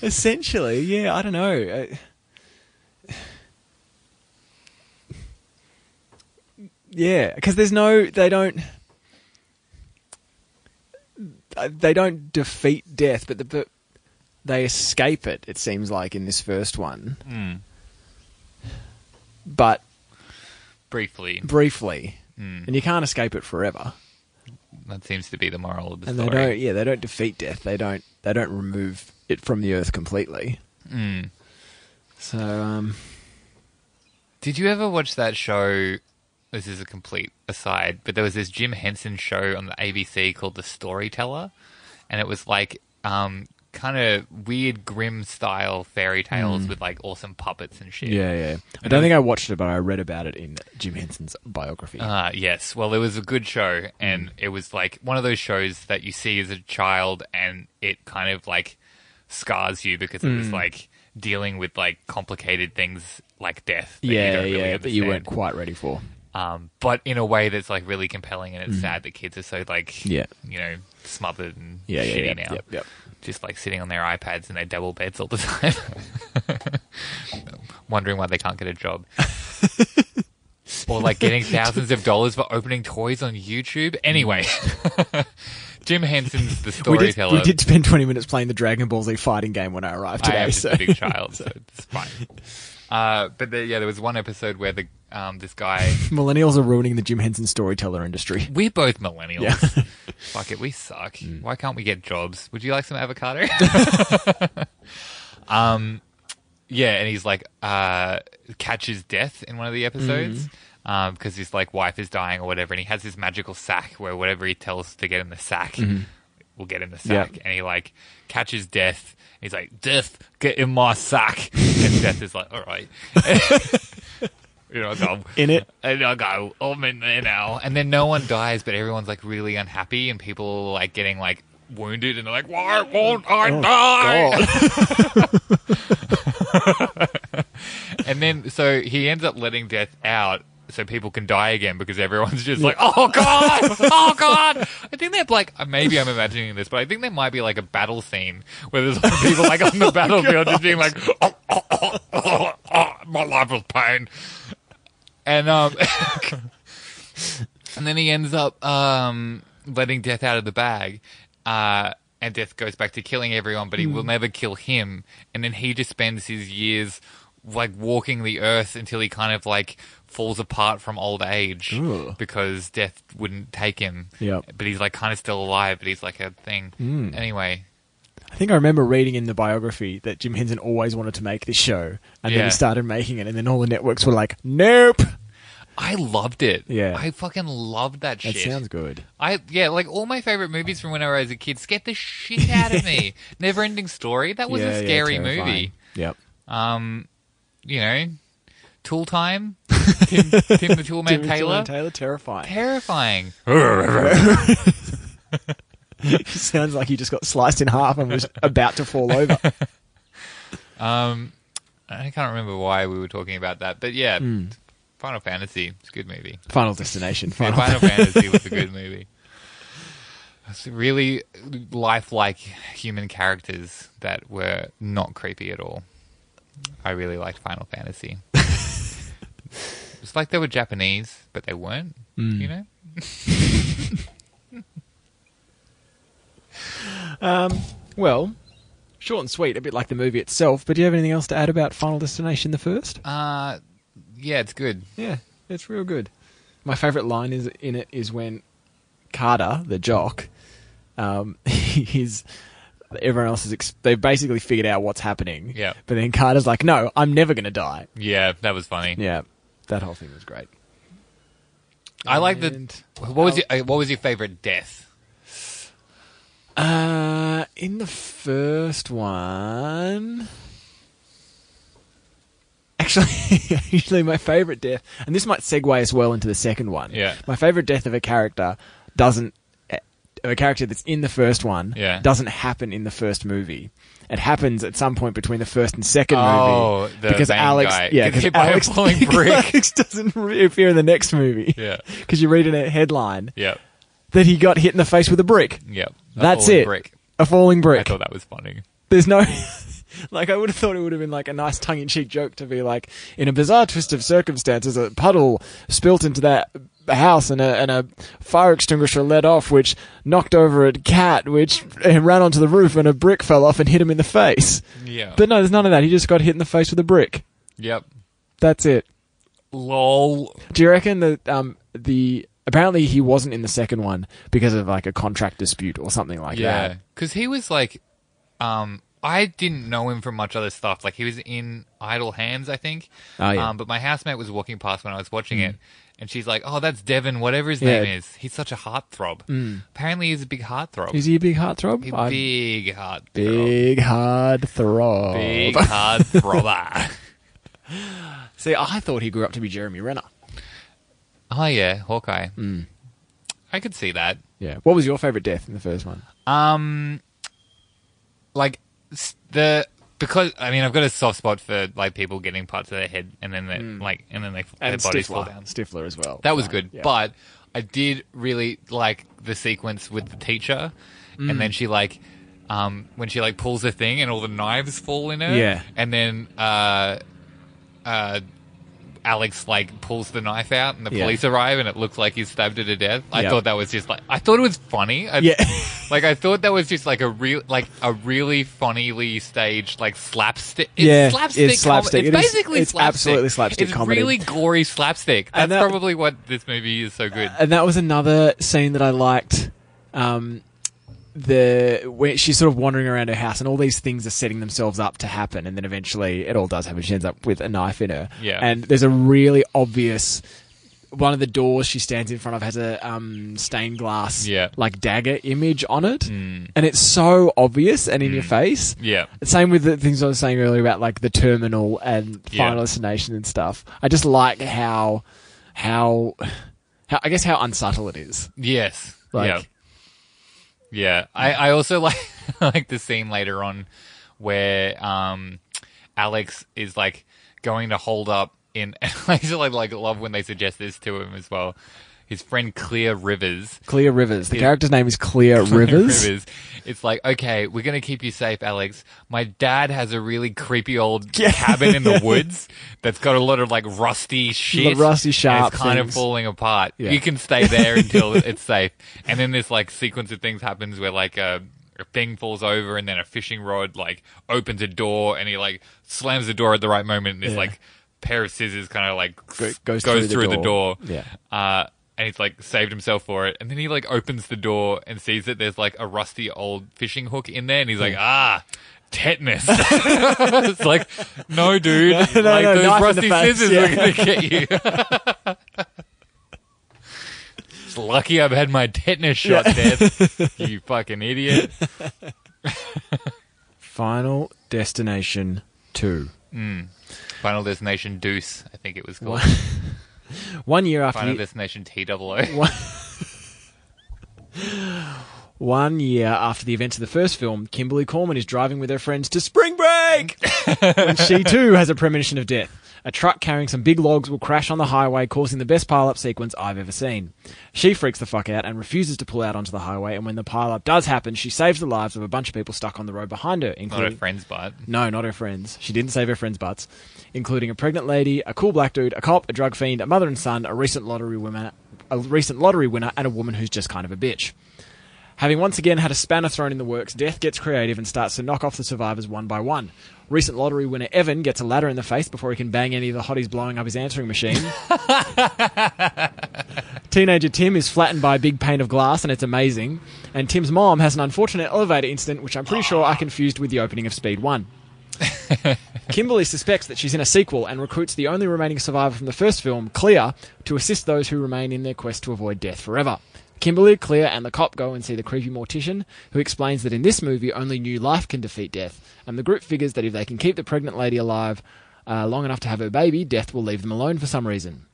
Speaker 1: Essentially, yeah, I don't know. I- yeah, because there's no, they don't, uh, they don't defeat death, but the, but they escape it. It seems like in this first one,
Speaker 2: Mm,
Speaker 1: but
Speaker 2: briefly
Speaker 1: briefly,
Speaker 2: Mm.
Speaker 1: and you can't escape it forever.
Speaker 2: that seems to be the moral of the
Speaker 1: And
Speaker 2: story
Speaker 1: they don't, yeah, they don't defeat death. They don't, they don't remove it from the earth completely.
Speaker 2: Mm.
Speaker 1: So, um,
Speaker 2: Did you ever watch that show? This is a complete aside, but there was this Jim Henson show on the ABC called The Storyteller, and it was like um, kind of weird, grim style fairy tales
Speaker 1: Hmm.
Speaker 2: with like awesome puppets and shit.
Speaker 1: Yeah, yeah. I don't think I watched it, but I read about it in Jim Henson's biography.
Speaker 2: Ah, yes. Well, it was a good show,
Speaker 1: Hmm.
Speaker 2: and it was like one of those shows that you see as a child, and it kind of like scars you because it
Speaker 1: Hmm.
Speaker 2: was like dealing with like complicated things like death. That you
Speaker 1: yeah,
Speaker 2: don't really
Speaker 1: yeah, that you weren't
Speaker 2: understand.
Speaker 1: quite ready for.
Speaker 2: um, but in a way that's like really compelling and it's sad that kids are so like
Speaker 1: Hmm. Yeah.
Speaker 2: you know smothered and
Speaker 1: Yeah, yeah,
Speaker 2: shitty
Speaker 1: yeah,
Speaker 2: now
Speaker 1: yep, yep.
Speaker 2: just like sitting on their iPads in their double beds all the time wondering why they can't get a job or like getting thousands of dollars for opening toys on YouTube anyway Jim Henson's the
Speaker 1: We did,
Speaker 2: storyteller
Speaker 1: we did spend 20 minutes playing the Dragon Ball Z fighting game when I arrived
Speaker 2: I
Speaker 1: today.
Speaker 2: am just
Speaker 1: so.
Speaker 2: a big child so it's fine uh, but there, yeah there was one episode where the um, this guy
Speaker 1: Millennials are ruining the Jim Henson storyteller industry.
Speaker 2: We're both millennials. Fuck it, we suck. Why can't we get jobs? Would you like some avocado? um, yeah, and he's like uh, catches death in one of the episodes um, because his like wife is dying or whatever, and he has this magical sack where whatever he tells to get in the sack will get in the sack. And he like catches Death. He's like, Death, get in my sack. and Death is like, all right. you know, so
Speaker 1: In it.
Speaker 2: and I go, oh, I'm in there now. And then no one dies, but everyone's like really unhappy, and people are like getting like wounded, and they're like, why won't I die? And then so he ends up letting death out so people can die again because everyone's just like, oh god, oh god. I think they're like, uh, maybe I'm imagining this, but I think there might be like a battle scene where there's like people like on the battlefield just being like, oh, oh, oh, oh, oh, my life was pain. And um, and then he ends up um letting death out of the bag. Uh, and death goes back to killing everyone, but he
Speaker 1: Hmm.
Speaker 2: will never kill him. And then he just spends his years like walking the earth until he kind of like falls apart from old age
Speaker 1: Ooh.
Speaker 2: because death wouldn't take him.
Speaker 1: Yep. Hmm.
Speaker 2: But he's like kind of still alive, but he's like a thing. Anyway,
Speaker 1: I think I remember reading in the biography that Jim Henson always wanted to make this show, and then
Speaker 2: Yeah.
Speaker 1: he started making it, and then all the networks were like, "Nope."
Speaker 2: I loved it.
Speaker 1: Yeah.
Speaker 2: I fucking loved that
Speaker 1: That
Speaker 2: shit.
Speaker 1: sounds good.
Speaker 2: I yeah, like all my favorite movies from when I was a kid scared the shit out of me. Never ending story. That was
Speaker 1: yeah,
Speaker 2: a
Speaker 1: yeah,
Speaker 2: scary
Speaker 1: terrifying.
Speaker 2: movie.
Speaker 1: Yep.
Speaker 2: You know, Tool Time, Tim, Tim the Tool Man
Speaker 1: Jim Henson
Speaker 2: Taylor,
Speaker 1: and Taylor, terrifying.
Speaker 2: terrifying.
Speaker 1: sounds like you just got sliced in half and was about to fall over.
Speaker 2: I can't remember why we were talking about that, but yeah, Final Fantasy, it's a good movie.
Speaker 1: Final Destination.
Speaker 2: Yeah,
Speaker 1: Final.
Speaker 2: Final Fantasy was a good movie. It's really lifelike human characters that were not creepy at all. I really liked Final Fantasy. it's like they were Japanese, but they weren't.
Speaker 1: Hmm.
Speaker 2: You know?
Speaker 1: Well, short and sweet, a bit like the movie itself. But do you have anything else to add about Final Destination the first?
Speaker 2: Uh, yeah, it's good.
Speaker 1: Yeah, it's real good. My favorite line is in it is when Carter, the jock, um, he's everyone else is ex- they've basically figured out what's happening.
Speaker 2: Yeah.
Speaker 1: But then Carter's like, "No, I'm never gonna die."
Speaker 2: Yeah, that was funny.
Speaker 1: Yeah, that whole thing was great.
Speaker 2: I like the.
Speaker 1: And-
Speaker 2: What was your uh, What was your favorite death?
Speaker 1: Uh, in the first one, actually, usually my favorite death, and this might segue as well into the second one.
Speaker 2: Yeah.
Speaker 1: my favorite death of a character doesn't of a character that's in the first one
Speaker 2: Yeah.
Speaker 1: doesn't happen in the first movie. It happens at some point between the first and second
Speaker 2: Oh,
Speaker 1: movie
Speaker 2: the
Speaker 1: because
Speaker 2: main
Speaker 1: Alex,
Speaker 2: guy
Speaker 1: yeah, because
Speaker 2: gets hit by a
Speaker 1: Alex,
Speaker 2: falling brick.
Speaker 1: Alex doesn't reappear in the next movie.
Speaker 2: Yeah.
Speaker 1: because you read in a headline
Speaker 2: Yep.
Speaker 1: that he got hit in the face with a brick.
Speaker 2: Yep. A
Speaker 1: That's
Speaker 2: falling
Speaker 1: it.
Speaker 2: brick.
Speaker 1: A falling
Speaker 2: I
Speaker 1: brick.
Speaker 2: thought that was funny.
Speaker 1: There's no. Like I would have thought it would have been like a nice tongue-in-cheek joke to be like, in a bizarre twist of circumstances, a puddle spilt into that house and a and a fire extinguisher let off, which knocked over a cat, which uh, ran onto the roof, and a brick fell off and hit him in the face.
Speaker 2: Yeah.
Speaker 1: But no, there's none of that. He just got hit in the face with a brick.
Speaker 2: yep.
Speaker 1: That's it.
Speaker 2: Lol.
Speaker 1: Do you reckon that um the apparently he wasn't in the second one because of like a contract dispute or something like
Speaker 2: Yeah,
Speaker 1: that?
Speaker 2: because he was like, um, I didn't know him from much other stuff. Like he was in Idle Hands, I think.
Speaker 1: Oh, yeah. Hmm.
Speaker 2: Um, but my housemate was walking past when I was watching it, and she's like, "Oh, that's Devin, whatever his
Speaker 1: Yeah. Hmm.
Speaker 2: name is. He's such a heartthrob. Apparently, he's a big heartthrob.
Speaker 1: Is he a big heartthrob?
Speaker 2: a
Speaker 1: I'm-
Speaker 2: big heartthrob.
Speaker 1: Big hard throb.
Speaker 2: Big heartthrob.
Speaker 1: See, I thought he grew up to be Jeremy Renner.
Speaker 2: oh yeah, Hawkeye.
Speaker 1: Hmm.
Speaker 2: I could see that.
Speaker 1: Yeah. What was your favorite death in the first one?
Speaker 2: Um, like s- the because I mean I've got a soft spot for like people getting parts of their head and then they like and then they
Speaker 1: Hmm. And
Speaker 2: their bodies fall
Speaker 1: Stifler.
Speaker 2: down.
Speaker 1: Stifler as well.
Speaker 2: That was
Speaker 1: Right,
Speaker 2: good,
Speaker 1: yeah.
Speaker 2: but I did really like the sequence with the teacher, and
Speaker 1: Mm.
Speaker 2: then she like. Um, when she like pulls a thing and all the knives fall in her,
Speaker 1: Yeah.
Speaker 2: and then uh, uh, Alex like pulls the knife out and the
Speaker 1: Yeah.
Speaker 2: police arrive and it looks like he's stabbed her to death. I
Speaker 1: Yeah.
Speaker 2: thought that was just like I thought it was funny. I,
Speaker 1: Yeah.
Speaker 2: like I thought that was just like a real, like a really funnily staged, like slapstick. It's
Speaker 1: Yeah,
Speaker 2: slapstick.
Speaker 1: it's slapstick. It
Speaker 2: com-
Speaker 1: is-
Speaker 2: it's basically
Speaker 1: it's
Speaker 2: slapstick.
Speaker 1: absolutely slapstick
Speaker 2: It's
Speaker 1: comedy.
Speaker 2: really gory slapstick. That's
Speaker 1: And that-
Speaker 2: probably what this movie is so good.
Speaker 1: And that was another scene that I liked. Um, the where she's sort of wandering around her house, and all these things are setting themselves up to happen, and then eventually it all does happen. She ends up with a knife in her.
Speaker 2: Yeah.
Speaker 1: And there's a really obvious one of the doors she stands in front of has a um, stained glass
Speaker 2: Yeah. Mm.
Speaker 1: like dagger image on it, and it's so obvious and in your face.
Speaker 2: Yeah.
Speaker 1: Same with the things I was saying earlier about like the terminal and
Speaker 2: Yeah.
Speaker 1: final destination and stuff. I just like how how how I guess how unsubtle it is.
Speaker 2: Yes.
Speaker 1: Like-
Speaker 2: yeah. Yeah. I, I also like like the scene later on where um Alex is like going to hold up in and I still like, like love when they suggest this to him as well. His friend Clear Rivers.
Speaker 1: Clear Rivers. The character's name is Clear Rivers.
Speaker 2: Rivers. It's like, okay, we're gonna keep you safe, Alex. My dad has a really creepy old cabin in the woods that's got a lot of like rusty shit,
Speaker 1: rusty
Speaker 2: and
Speaker 1: sharp
Speaker 2: It's kind
Speaker 1: things.
Speaker 2: of falling apart.
Speaker 1: Yeah.
Speaker 2: You can stay there until it's safe. And then this like sequence of things happens where like a, a thing falls over, and then a fishing rod like opens a door, and he like slams the door at the right moment, and this
Speaker 1: Yeah.
Speaker 2: like pair of scissors kind of like
Speaker 1: Go-
Speaker 2: s- goes, through, the, door.
Speaker 1: Yeah.
Speaker 2: Uh, and he's like saved himself for it. And then he like opens the door and sees that there's like a rusty old fishing hook in there. And he's like, ah, tetanus. it's like, no, dude.
Speaker 1: no,
Speaker 2: like,
Speaker 1: no, knife
Speaker 2: those
Speaker 1: in the
Speaker 2: rusty
Speaker 1: face,
Speaker 2: scissors
Speaker 1: yeah.
Speaker 2: are going to get you. it's lucky I've had my tetanus shot, Dad. you fucking idiot.
Speaker 1: Final Destination 2.
Speaker 2: Final Destination Deuce, I think it was called.
Speaker 1: One year after
Speaker 2: Final
Speaker 1: the,
Speaker 2: Destination T00.
Speaker 1: one year after the events of the first film, Kimberly Corman is driving with her friends to spring break when she too has a premonition of death. A truck carrying some big logs will crash on the highway, causing the best pile-up sequence I've ever seen. She freaks the fuck out and refuses to pull out onto the highway. And when the pile-up does happen, she saves the lives of a bunch of people stuck on the road behind her,
Speaker 2: Not a
Speaker 1: including
Speaker 2: friend's butt.
Speaker 1: No, not her friends. She didn't save her friends' butts, including a pregnant lady, a cool black dude, a cop, a drug fiend, a mother and son, a recent lottery woman, a recent lottery winner, and a woman who's just kind of a bitch. Having once again had a spanner thrown in the works, Death gets creative and starts to knock off the survivors one by one. Recent lottery winner Evan gets a ladder in the face before he can bang any of the hotties blowing up his answering machine. Teenager Tim is flattened by a big pane of glass, and it's amazing. And Tim's mom has an unfortunate elevator incident, which I'm pretty sure I confused with the opening of Speed 1. Kimberly suspects that she's in a sequel and recruits the only remaining survivor from the first film, Clear, to assist those who remain in their quest to avoid death forever. Kimberly, Clear, and the cop go and see the creepy mortician, who explains that in this movie only new life can defeat death, and the group figures that if they can keep the pregnant lady alive uh, long enough to have her baby, death will leave them alone for some reason.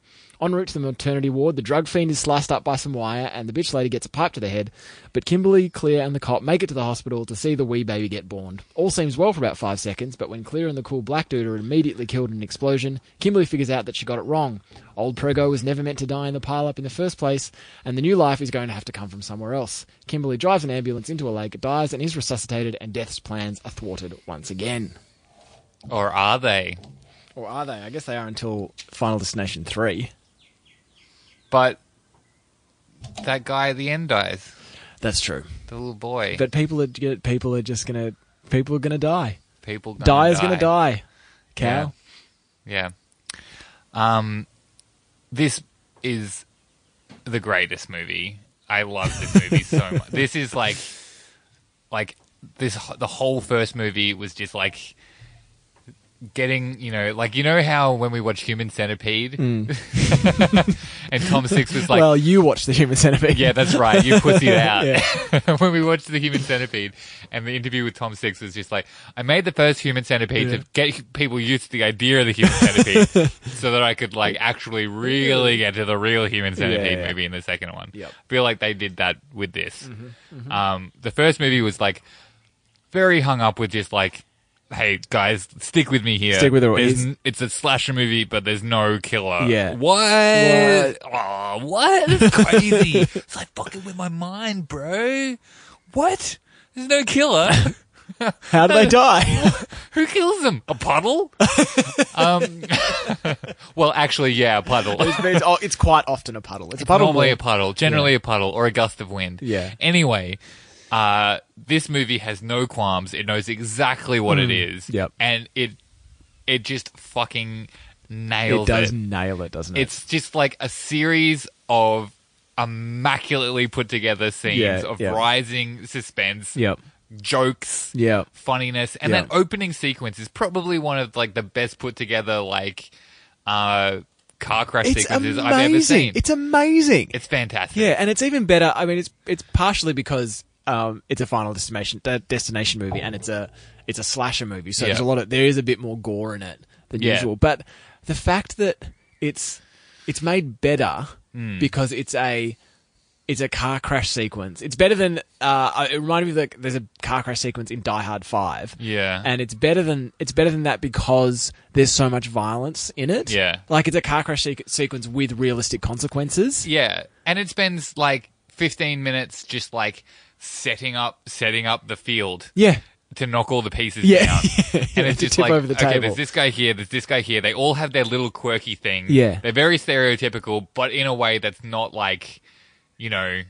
Speaker 1: En route to the maternity ward, the drug fiend is sliced up by some wire, and the bitch lady gets a pipe to the head. But Kimberly, Clear, and the cop make it to the hospital to see the wee baby get born. All seems well for about five seconds, but when Clear and the cool black dude are immediately killed in an explosion, Kimberly figures out that she got it wrong. Old Prego was never meant to die in the pile up in the first place, and the new life is going to have to come from somewhere else. Kimberly drives an ambulance into a lake, dies, and is resuscitated, and Death's plans are thwarted once again.
Speaker 2: Or are they?
Speaker 1: Or are they? I guess they are until Final Destination 3.
Speaker 2: But that guy at the end dies.
Speaker 1: That's true.
Speaker 2: The little boy.
Speaker 1: But people are get- people are just gonna people are gonna die.
Speaker 2: People gonna
Speaker 1: die is gonna die. Cow.
Speaker 2: Yeah. Um, this is the greatest movie. I love this movie so much. This is like, like this. The whole first movie was just like getting, you know, like you know how when we watch Human Centipede,
Speaker 1: Mm.
Speaker 2: and Tom Six was like,
Speaker 1: well, you watch the Human Centipede.
Speaker 2: Yeah, that's right. You pussied out. when we watched The Human Centipede and the interview with Tom Six was just like, I made the first Human Centipede
Speaker 1: Yeah.
Speaker 2: to get people used to the idea of the Human Centipede so that I could like actually really get to the real Human Centipede
Speaker 1: yeah.
Speaker 2: movie in the second one.
Speaker 1: Yep. Mm-hmm,
Speaker 2: I feel like they did that with this. Um, the first movie was like very hung up with just like, Hey guys, stick with me here.
Speaker 1: Stick with it.
Speaker 2: There's
Speaker 1: It's-
Speaker 2: n- It's a slasher movie, but there's no killer.
Speaker 1: Yeah.
Speaker 2: What? Oh, what? This is crazy. it's like fucking with my mind, bro. What? There's no killer.
Speaker 1: How do they die?
Speaker 2: Who kills them? A puddle? um, well, actually, yeah, a puddle.
Speaker 1: Which means oh, it's quite often a puddle. It's a puddle.
Speaker 2: Normally a
Speaker 1: more-
Speaker 2: puddle, generally a puddle, or a gust of wind.
Speaker 1: Yeah.
Speaker 2: Anyway, uh, this movie has no qualms. It knows exactly what it is.
Speaker 1: Mm. Yep.
Speaker 2: And it it just fucking nails
Speaker 1: it does nail it, doesn't it?
Speaker 2: It's just like a series of immaculately put together scenes
Speaker 1: Yeah,
Speaker 2: of
Speaker 1: yeah.
Speaker 2: rising suspense,
Speaker 1: yep,
Speaker 2: jokes,
Speaker 1: yep,
Speaker 2: funniness, and
Speaker 1: Yeah.
Speaker 2: that opening sequence is probably one of like the best put together like uh car crash
Speaker 1: It's
Speaker 2: sequences
Speaker 1: amazing.
Speaker 2: I've ever seen. It's,
Speaker 1: It's amazing.
Speaker 2: fantastic.
Speaker 1: yeah, and it's even better. I mean, it's it's partially because um, it's a Final Destination de- destination movie, and it's a it's a slasher movie, so
Speaker 2: Yeah.
Speaker 1: there's a lot of there is a bit more gore in it than
Speaker 2: Yeah.
Speaker 1: usual. But the fact that it's it's made better
Speaker 2: Hmm.
Speaker 1: because it's a it's a car crash sequence. It's better than uh, it reminded me of the, there's a car crash sequence in Die Hard Five,
Speaker 2: Yeah.
Speaker 1: and it's better than it's better than that because there's so much violence in it.
Speaker 2: Yeah.
Speaker 1: like it's a car crash sequ- sequence with realistic consequences.
Speaker 2: Yeah, and it spends like 15 minutes just like setting up setting up the field
Speaker 1: Yeah,
Speaker 2: to knock all the pieces
Speaker 1: Yeah.
Speaker 2: down.
Speaker 1: Yeah,
Speaker 2: and
Speaker 1: to
Speaker 2: it's just
Speaker 1: tip
Speaker 2: like
Speaker 1: over the
Speaker 2: okay,
Speaker 1: table.
Speaker 2: there's this guy here, there's this guy here. They all have their little quirky thing.
Speaker 1: Yeah.
Speaker 2: They're very stereotypical, but in a way that's not like, you know,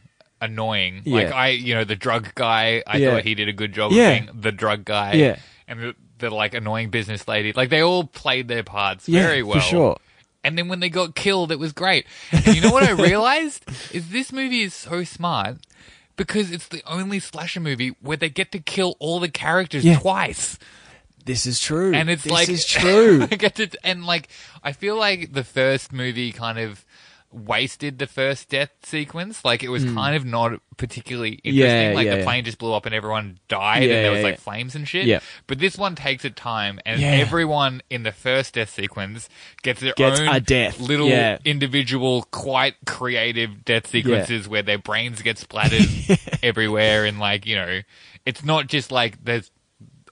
Speaker 2: annoying. Like
Speaker 1: Yeah.
Speaker 2: I, you know, the drug guy, I
Speaker 1: Yeah.
Speaker 2: thought he did a good job
Speaker 1: Yeah.
Speaker 2: of being the drug guy.
Speaker 1: Yeah.
Speaker 2: And the, the like annoying business lady. Like they all played their parts
Speaker 1: Yeah,
Speaker 2: very
Speaker 1: for
Speaker 2: well.
Speaker 1: sure.
Speaker 2: And then when they got killed, it was great. And you know what I realized is this movie is so smart because it's the only slasher movie where they get to kill all the characters
Speaker 1: Yeah.
Speaker 2: twice,
Speaker 1: This is true.
Speaker 2: and it's
Speaker 1: this
Speaker 2: like
Speaker 1: is true.
Speaker 2: I get to, and like I feel like the first movie kind of wasted the first death sequence. Like it was kind of not particularly interesting.
Speaker 1: Hmm. Yeah,
Speaker 2: like
Speaker 1: yeah,
Speaker 2: the
Speaker 1: yeah.
Speaker 2: plane just blew up and everyone died,
Speaker 1: Yeah,
Speaker 2: and there was
Speaker 1: yeah,
Speaker 2: like
Speaker 1: yeah.
Speaker 2: flames and shit.
Speaker 1: Yeah.
Speaker 2: But this one takes a time, and
Speaker 1: Yeah.
Speaker 2: everyone in the first death sequence gets their
Speaker 1: Gets
Speaker 2: own
Speaker 1: a death.
Speaker 2: little
Speaker 1: Yeah.
Speaker 2: individual, quite creative death sequences where their brains get splattered everywhere, and like you know, it's not just like there's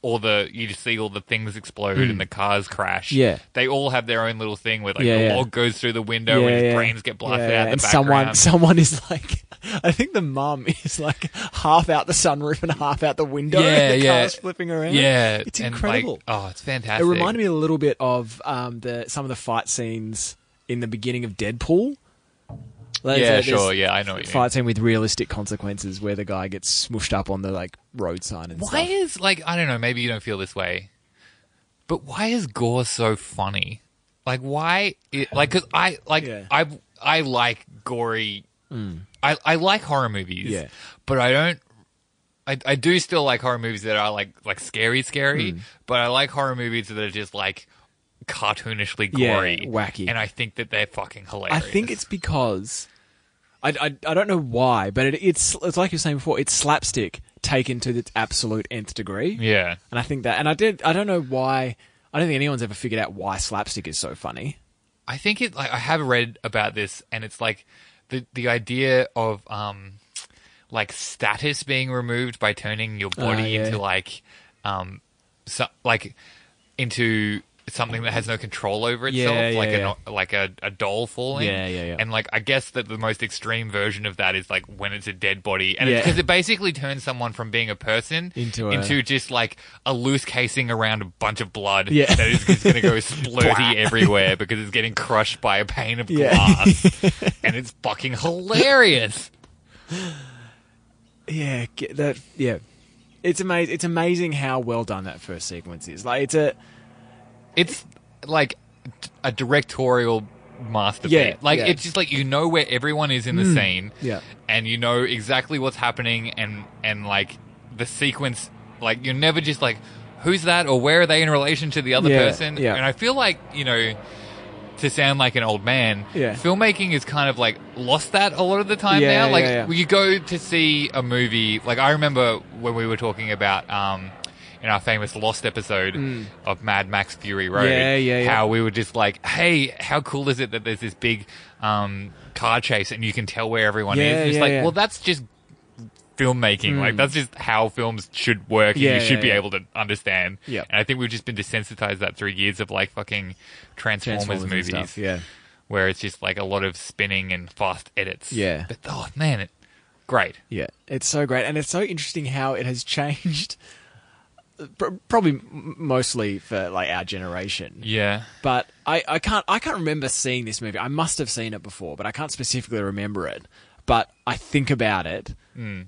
Speaker 2: all the you just see all the things explode and the cars crash.
Speaker 1: Mm. Yeah.
Speaker 2: they all have their own little thing where like
Speaker 1: Yeah,
Speaker 2: the
Speaker 1: yeah.
Speaker 2: log goes through the window and his brains get blasted
Speaker 1: yeah,
Speaker 2: out the
Speaker 1: and
Speaker 2: background.
Speaker 1: someone, someone is like, I think the mum is like half out the sunroof and half out the window.
Speaker 2: Yeah,
Speaker 1: and the
Speaker 2: yeah.
Speaker 1: car's flipping around.
Speaker 2: yeah,
Speaker 1: it's
Speaker 2: and, like,
Speaker 1: incredible.
Speaker 2: oh, it's
Speaker 1: it
Speaker 2: fantastic.
Speaker 1: reminded me a little bit of um, the some of the fight scenes in the beginning of Deadpool. Like,
Speaker 2: Yeah,
Speaker 1: there's
Speaker 2: sure. Yeah, I know. What you mean.
Speaker 1: Fight scene with realistic consequences where the guy gets smushed up on the like road sign and
Speaker 2: Why
Speaker 1: stuff.
Speaker 2: is like I don't know, maybe you don't feel this way, but why is gore so funny? Like why? It, like because I like
Speaker 1: Yeah. Mm.
Speaker 2: I I like gory. I I like horror movies.
Speaker 1: Yeah.
Speaker 2: but I don't. I, I do still like horror movies that are like like scary, scary.
Speaker 1: Mm.
Speaker 2: But I like horror movies that are just like cartoonishly
Speaker 1: Yeah,
Speaker 2: gory,
Speaker 1: wacky.
Speaker 2: and I think that they're fucking
Speaker 1: I
Speaker 2: hilarious.
Speaker 1: think it's because I, I, I don't know why, but it, it's it's like you were saying before, it's slapstick taken to its absolute nth degree,
Speaker 2: yeah,
Speaker 1: and I think that, and I did, I don't know why, I don't think anyone's ever figured out why slapstick is so funny.
Speaker 2: I think it like I have read about this and it's like the the idea of um like status being removed by turning your body
Speaker 1: Ah, yeah.
Speaker 2: into like um so, like into something that has no control over itself
Speaker 1: Yeah, yeah,
Speaker 2: like
Speaker 1: yeah.
Speaker 2: a like a, a doll falling
Speaker 1: Yeah, yeah, yeah.
Speaker 2: and like I guess that the most extreme version of that is like when it's a dead body and it's
Speaker 1: Yeah.
Speaker 2: because it basically turns someone from being a person
Speaker 1: Into a-
Speaker 2: into just like a loose casing around a bunch of blood
Speaker 1: Yeah.
Speaker 2: that is just going to go splurty everywhere because it's getting crushed by a pane of
Speaker 1: Yeah.
Speaker 2: glass. and it's fucking hilarious.
Speaker 1: Yeah, get that yeah, it's amazing. It's amazing how well done that first sequence is. Like it's a
Speaker 2: It's like a directorial masterpiece.
Speaker 1: Yeah,
Speaker 2: like
Speaker 1: yeah. Hmm.
Speaker 2: it's just like you know where everyone is in the scene.
Speaker 1: yeah.
Speaker 2: And you know exactly what's happening and and like the sequence like you're never just like who's that or where are they in relation to the other
Speaker 1: Yeah,
Speaker 2: person?
Speaker 1: yeah.
Speaker 2: And I feel like, you know, to sound like an old man,
Speaker 1: Yeah.
Speaker 2: filmmaking is kind of like lost that a lot of the time
Speaker 1: Yeah,
Speaker 2: now. Like
Speaker 1: yeah, yeah.
Speaker 2: you go to see a movie, like I remember when we were talking about um, in our famous Lost episode of Mad Max Fury Road,
Speaker 1: Mm. Yeah, yeah, yeah.
Speaker 2: how we were just like, hey, how cool is it that there's this big um, car chase and you can tell where everyone
Speaker 1: Yeah,
Speaker 2: is? And It's
Speaker 1: yeah,
Speaker 2: like,
Speaker 1: yeah. Mm.
Speaker 2: well, that's just filmmaking. Like that's just how films should work. and
Speaker 1: Yeah,
Speaker 2: you should
Speaker 1: yeah,
Speaker 2: be
Speaker 1: yeah.
Speaker 2: able to understand.
Speaker 1: Yep.
Speaker 2: And I think we've just been desensitized that through years of like fucking Transformers,
Speaker 1: Transformers and
Speaker 2: movies,
Speaker 1: stuff, yeah.
Speaker 2: where it's just like a lot of spinning and fast edits.
Speaker 1: Yeah.
Speaker 2: But oh man, it, great.
Speaker 1: Yeah, it's so great, and it's so interesting how it has changed. pr- Probably m- mostly for like our generation,
Speaker 2: Yeah.
Speaker 1: but I, I can't I can't remember seeing this movie. I must have seen it before, but I can't specifically remember it.
Speaker 2: Hmm.
Speaker 1: But I think about it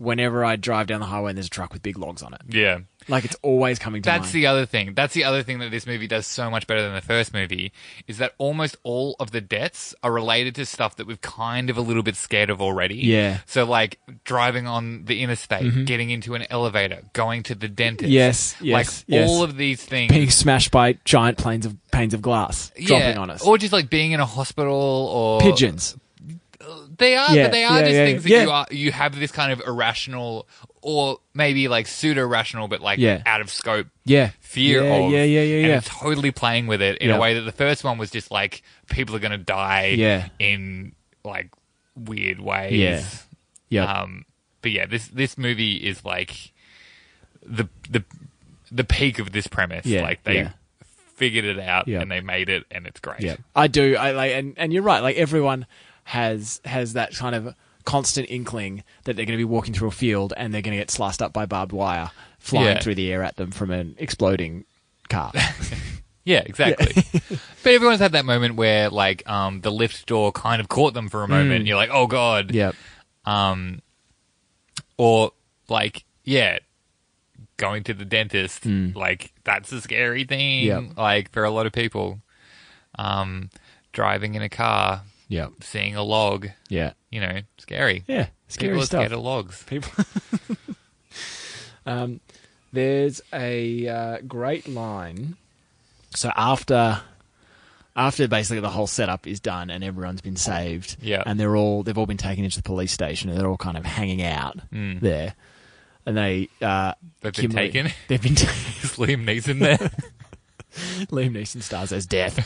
Speaker 1: whenever I drive down the highway and there's a truck with big logs on it.
Speaker 2: Yeah.
Speaker 1: Like it's always coming to
Speaker 2: That's
Speaker 1: mind.
Speaker 2: the other thing. That's the other thing that this movie does so much better than the first movie is that almost all of the deaths are related to stuff that we've kind of a little bit scared of already.
Speaker 1: Yeah. Mm-hmm.
Speaker 2: So like driving on the interstate, getting into an elevator, going to the dentist.
Speaker 1: Yes,
Speaker 2: Like
Speaker 1: yes, yes.
Speaker 2: all of these things.
Speaker 1: Being smashed by giant planes of panes of glass dropping on us.
Speaker 2: Or just like being in a hospital or
Speaker 1: Pigeons.
Speaker 2: They are,
Speaker 1: Yeah,
Speaker 2: but they are
Speaker 1: yeah,
Speaker 2: just
Speaker 1: yeah,
Speaker 2: things that
Speaker 1: yeah.
Speaker 2: you are you have this kind of irrational or maybe like pseudo rational but like
Speaker 1: Yeah.
Speaker 2: out of scope
Speaker 1: Yeah.
Speaker 2: fear
Speaker 1: yeah,
Speaker 2: of.
Speaker 1: Yeah, yeah, yeah,
Speaker 2: and
Speaker 1: yeah.
Speaker 2: it's totally playing with it in
Speaker 1: Yeah.
Speaker 2: a way that the first one was just like people are going to die
Speaker 1: Yeah.
Speaker 2: in like weird ways.
Speaker 1: Yeah. Yep.
Speaker 2: Um, but yeah, this this movie is like the the the peak of this premise.
Speaker 1: Yeah,
Speaker 2: Like they
Speaker 1: yeah.
Speaker 2: figured it out
Speaker 1: Yeah.
Speaker 2: and they made it and it's great.
Speaker 1: Yeah, I do. I like, and, and you're right. Like everyone has has that kind of constant inkling that they're going to be walking through a field and they're going to get sliced up by barbed wire flying
Speaker 2: Yeah.
Speaker 1: through the air at them from an exploding car.
Speaker 2: Yeah, exactly. but everyone's had that moment where like um the lift door kind of caught them for a
Speaker 1: Mm.
Speaker 2: moment. You're like, "Oh god."
Speaker 1: yep.
Speaker 2: um, or like yeah going to the dentist
Speaker 1: Mm.
Speaker 2: like that's a scary thing
Speaker 1: Yep.
Speaker 2: like for a lot of people um driving in a car
Speaker 1: Yep.
Speaker 2: seeing a log
Speaker 1: Yeah.
Speaker 2: you know scary
Speaker 1: Yeah. Scary
Speaker 2: people are
Speaker 1: stuff.
Speaker 2: scared of logs
Speaker 1: people. um, there's a uh, great line. So after, after basically the whole setup is done and everyone's been saved,
Speaker 2: Yeah.
Speaker 1: and they're all they've all been taken into the police station and they're all kind of hanging out
Speaker 2: Mm.
Speaker 1: there, and they uh,
Speaker 2: They've been
Speaker 1: Kimberly-
Speaker 2: taken?
Speaker 1: They've been ta-
Speaker 2: is Liam Neeson there
Speaker 1: Liam Neeson stars as Death.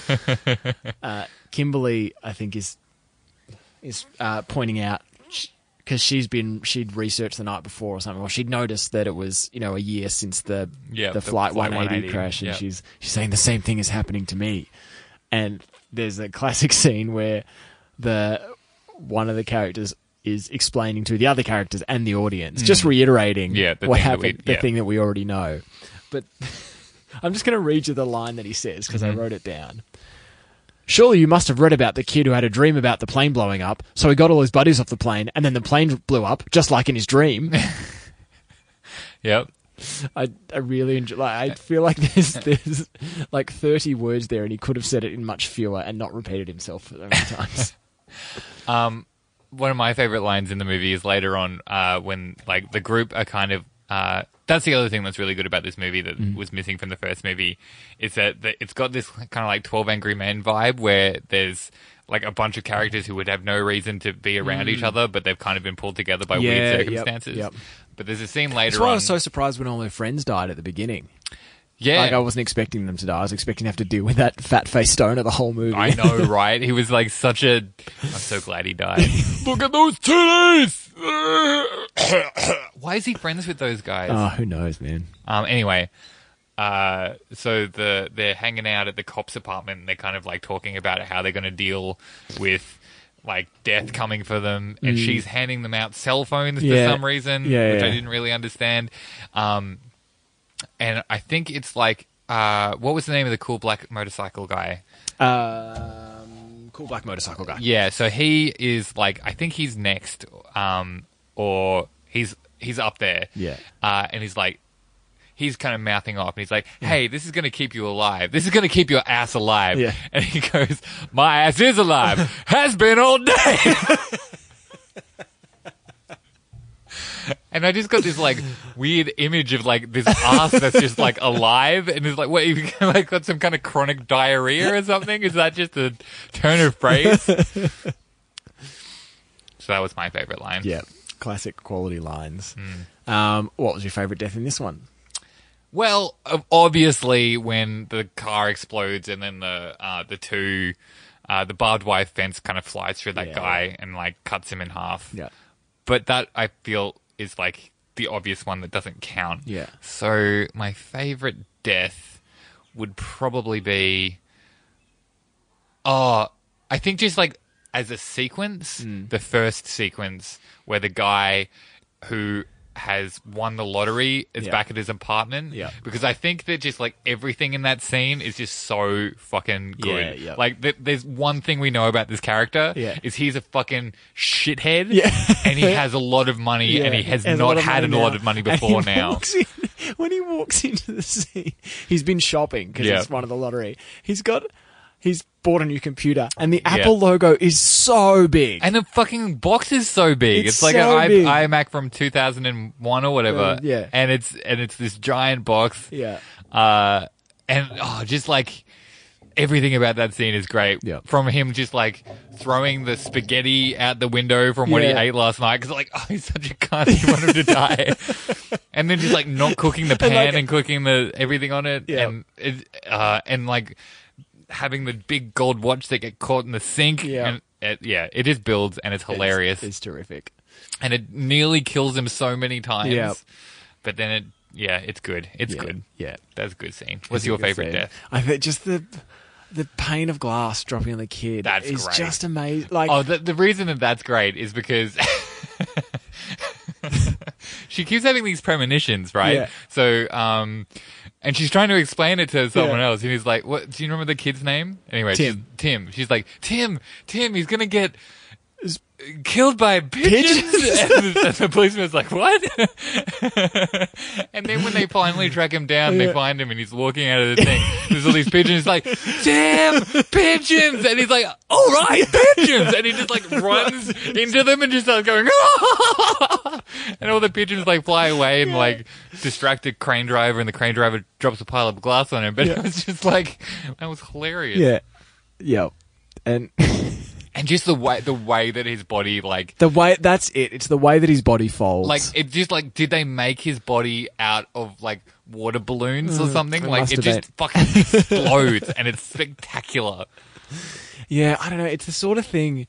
Speaker 1: uh, Kimberly, I think, is is uh, pointing out because she's been she'd researched the night before or something, or she'd noticed that it was you know a year since the
Speaker 2: Yeah,
Speaker 1: the,
Speaker 2: the
Speaker 1: flight,
Speaker 2: Flight
Speaker 1: 180
Speaker 2: 180,
Speaker 1: crash, and
Speaker 2: yeah.
Speaker 1: she's she's saying the same thing is happening to me. And there's a classic scene where the one of the characters is explaining to the other characters and the audience, just reiterating
Speaker 2: Hmm. Yeah, the
Speaker 1: what
Speaker 2: thing that
Speaker 1: happened,
Speaker 2: we-
Speaker 1: the
Speaker 2: yeah.
Speaker 1: thing that we already know. But I'm just going to read you the line that he says because
Speaker 2: Mm-hmm.
Speaker 1: I wrote it down. Surely you must have read about the kid who had a dream about the plane blowing up, so he got all his buddies off the plane, and then the plane blew up, just like in his dream.
Speaker 2: yep
Speaker 1: I, I really enjoy. Like, I feel like there's there's like 30 words there, and he could have said it in much fewer and not repeated himself so many times.
Speaker 2: one of my favorite lines in the movie is later on uh, when like the group are kind of uh, that's the other thing that's really good about this movie that
Speaker 1: Mm.
Speaker 2: was missing from the first movie is that that it's got this kind of like 12 angry men vibe where there's like a bunch of characters who would have no reason to be around each other but they've kind of been pulled together by
Speaker 1: Mm. Yeah,
Speaker 2: weird
Speaker 1: yep,
Speaker 2: circumstances
Speaker 1: yep.
Speaker 2: but there's a scene later
Speaker 1: That's why I
Speaker 2: on
Speaker 1: was so surprised when all her friends died at the beginning.
Speaker 2: yeah
Speaker 1: Like I wasn't expecting them to die. I was expecting to have to deal with that fat face stoner the whole movie.
Speaker 2: I know, right? He was like such a. I'm so glad he died. Look at those titties. Why is he friends with those guys?
Speaker 1: oh, who knows, man?
Speaker 2: Um, anyway, uh, so the they're hanging out at the cops' apartment. And they're kind of like talking about how they're going to deal with like death coming for them, and she's handing them out cell phones
Speaker 1: Mm. Yeah.
Speaker 2: for some reason,
Speaker 1: Yeah,
Speaker 2: which I
Speaker 1: yeah.
Speaker 2: didn't really understand. Um, and I think it's like. Uh, what was the name of the cool black motorcycle guy?
Speaker 1: Um, cool black motorcycle guy.
Speaker 2: Yeah, so he is like I think he's next, um, or he's he's up there.
Speaker 1: Yeah.
Speaker 2: uh, and he's like he's kind of mouthing off, and he's like, "Hey, this is gonna keep you alive. This is gonna keep your ass alive."
Speaker 1: Yeah.
Speaker 2: and he goes, "My ass is alive. Has been all day." And I just got this like weird image of like this ass that's just like alive, and it's like, what? You've like got some kind of chronic diarrhea or something? Is that just a turn of phrase? so that was my favorite line.
Speaker 1: Yeah, classic quality lines.
Speaker 2: Hmm.
Speaker 1: Um, what was your favorite death in this one?
Speaker 2: Well, ob- obviously, when the car explodes and then the uh, the two uh, the barbed wire fence kind of flies through that
Speaker 1: Yeah.
Speaker 2: guy and like cuts him in half.
Speaker 1: Yeah,
Speaker 2: But that I feel is like the obvious one that doesn't count.
Speaker 1: Yeah.
Speaker 2: So my favorite death would probably be Oh, I think just like as a sequence,
Speaker 1: Hmm.
Speaker 2: the first sequence where the guy who has won the lottery is
Speaker 1: Yeah.
Speaker 2: back at his apartment.
Speaker 1: Yeah.
Speaker 2: Because I think that just like everything in that scene is just so fucking good.
Speaker 1: Yeah, yeah.
Speaker 2: Like th- there's one thing we know about this character
Speaker 1: Yeah.
Speaker 2: is he's a fucking shithead
Speaker 1: Yeah.
Speaker 2: and he has a lot of money and he has
Speaker 1: has a
Speaker 2: not
Speaker 1: lot of
Speaker 2: had a
Speaker 1: money now.
Speaker 2: lot of money
Speaker 1: And he
Speaker 2: before now.
Speaker 1: walks in when he walks into the scene, he's been shopping because
Speaker 2: Yeah.
Speaker 1: he's won of the lottery. He's got, he's bought a new computer, and the
Speaker 2: Yeah.
Speaker 1: Apple logo is so big.
Speaker 2: And the fucking box is so big. It's,
Speaker 1: It's
Speaker 2: like
Speaker 1: so
Speaker 2: an
Speaker 1: big.
Speaker 2: I- iMac from 2001 or whatever.
Speaker 1: Uh, yeah.
Speaker 2: And it's and it's this giant box.
Speaker 1: yeah,
Speaker 2: Uh, and oh, just like everything about that scene is great.
Speaker 1: Yeah.
Speaker 2: From him just like throwing the spaghetti out the window from what
Speaker 1: Yeah.
Speaker 2: he ate last night because like oh he's such a cunt you want him to die, and then just like not cooking the pan
Speaker 1: And,
Speaker 2: and,
Speaker 1: like-
Speaker 2: cooking the everything on it
Speaker 1: Yeah.
Speaker 2: and it, uh and like having the big gold watch that get caught in the sink
Speaker 1: Yeah.
Speaker 2: and. It, yeah, it just builds and it's hilarious,
Speaker 1: It's, it's terrific.
Speaker 2: and it nearly kills him so many times.
Speaker 1: Yeah.
Speaker 2: But then it, yeah, it's good. It's
Speaker 1: Yeah,
Speaker 2: good.
Speaker 1: yeah.
Speaker 2: That's a good scene. What's your
Speaker 1: It's a good
Speaker 2: favorite
Speaker 1: scene.
Speaker 2: death?
Speaker 1: I think just the the pane of glass dropping on the kid.
Speaker 2: That's
Speaker 1: is
Speaker 2: great.
Speaker 1: just amazing. Like
Speaker 2: Oh, the, the reason that that's great is because she keeps having these premonitions, right?
Speaker 1: Yeah.
Speaker 2: So, um, and she's trying to explain it to someone
Speaker 1: Yeah.
Speaker 2: else, and he's like, "What? Do you remember the kid's name?" Anyway, she's-
Speaker 1: Tim.
Speaker 2: Tim. She's like, "Tim, Tim, he's gonna get." Killed by pigeons,
Speaker 1: Pigeons?
Speaker 2: and, the, and the policeman's like, "What?" and then when they finally track him down, they
Speaker 1: Yeah.
Speaker 2: find him, and he's walking out of the thing. There's all these pigeons. He's like, "Damn pigeons!" And he's like, "All right, pigeons!" And he just like runs into them and just starts going, "Ah!" and all the pigeons like fly away and like distract the crane driver, and the crane driver drops a pile of glass on him. But
Speaker 1: Yeah.
Speaker 2: it was just like that was hilarious.
Speaker 1: yeah, yeah, and.
Speaker 2: And just the way the way that his body like
Speaker 1: The way that's it. It's the way that his body folds.
Speaker 2: Like it just like did they make his body out of like water balloons or something?
Speaker 1: it
Speaker 2: Like
Speaker 1: Mm, must
Speaker 2: it
Speaker 1: have
Speaker 2: just fucking explodes and it's spectacular.
Speaker 1: yeah, I don't know. It's the sort of thing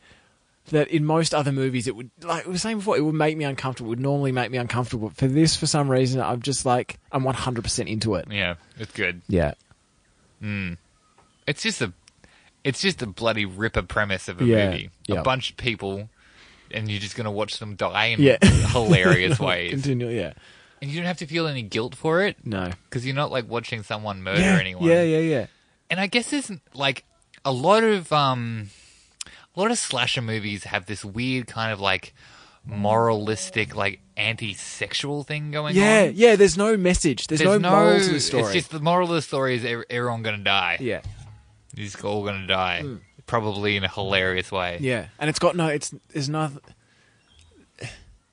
Speaker 1: that in most other movies it would like we were saying before it would make me uncomfortable. It would normally make me uncomfortable. For this, for some reason, I'm just like I'm 100 percent into it.
Speaker 2: Yeah, it's good.
Speaker 1: Yeah,
Speaker 2: It's just a it's just a bloody ripper premise of a
Speaker 1: Yeah,
Speaker 2: movie.
Speaker 1: yeah.
Speaker 2: A bunch of people and you're just gonna watch them die in
Speaker 1: Yeah.
Speaker 2: hilarious ways.
Speaker 1: continue. Yeah,
Speaker 2: And you don't have to feel any guilt for it.
Speaker 1: no.
Speaker 2: Because you're not like watching someone murder
Speaker 1: Yeah,
Speaker 2: anyone.
Speaker 1: yeah, yeah, yeah.
Speaker 2: and I guess there's like a lot of um, a lot of slasher movies have this weird kind of like moralistic, like anti-sexual thing going
Speaker 1: Yeah,
Speaker 2: on.
Speaker 1: yeah. There's no message. There's,
Speaker 2: There's
Speaker 1: no, moral to the story.
Speaker 2: It's just the moral of the story is ev- everyone going to die.
Speaker 1: yeah, Hmm.
Speaker 2: They're just all going to die, probably in a hilarious way.
Speaker 1: yeah. And it's got no. It's there's no.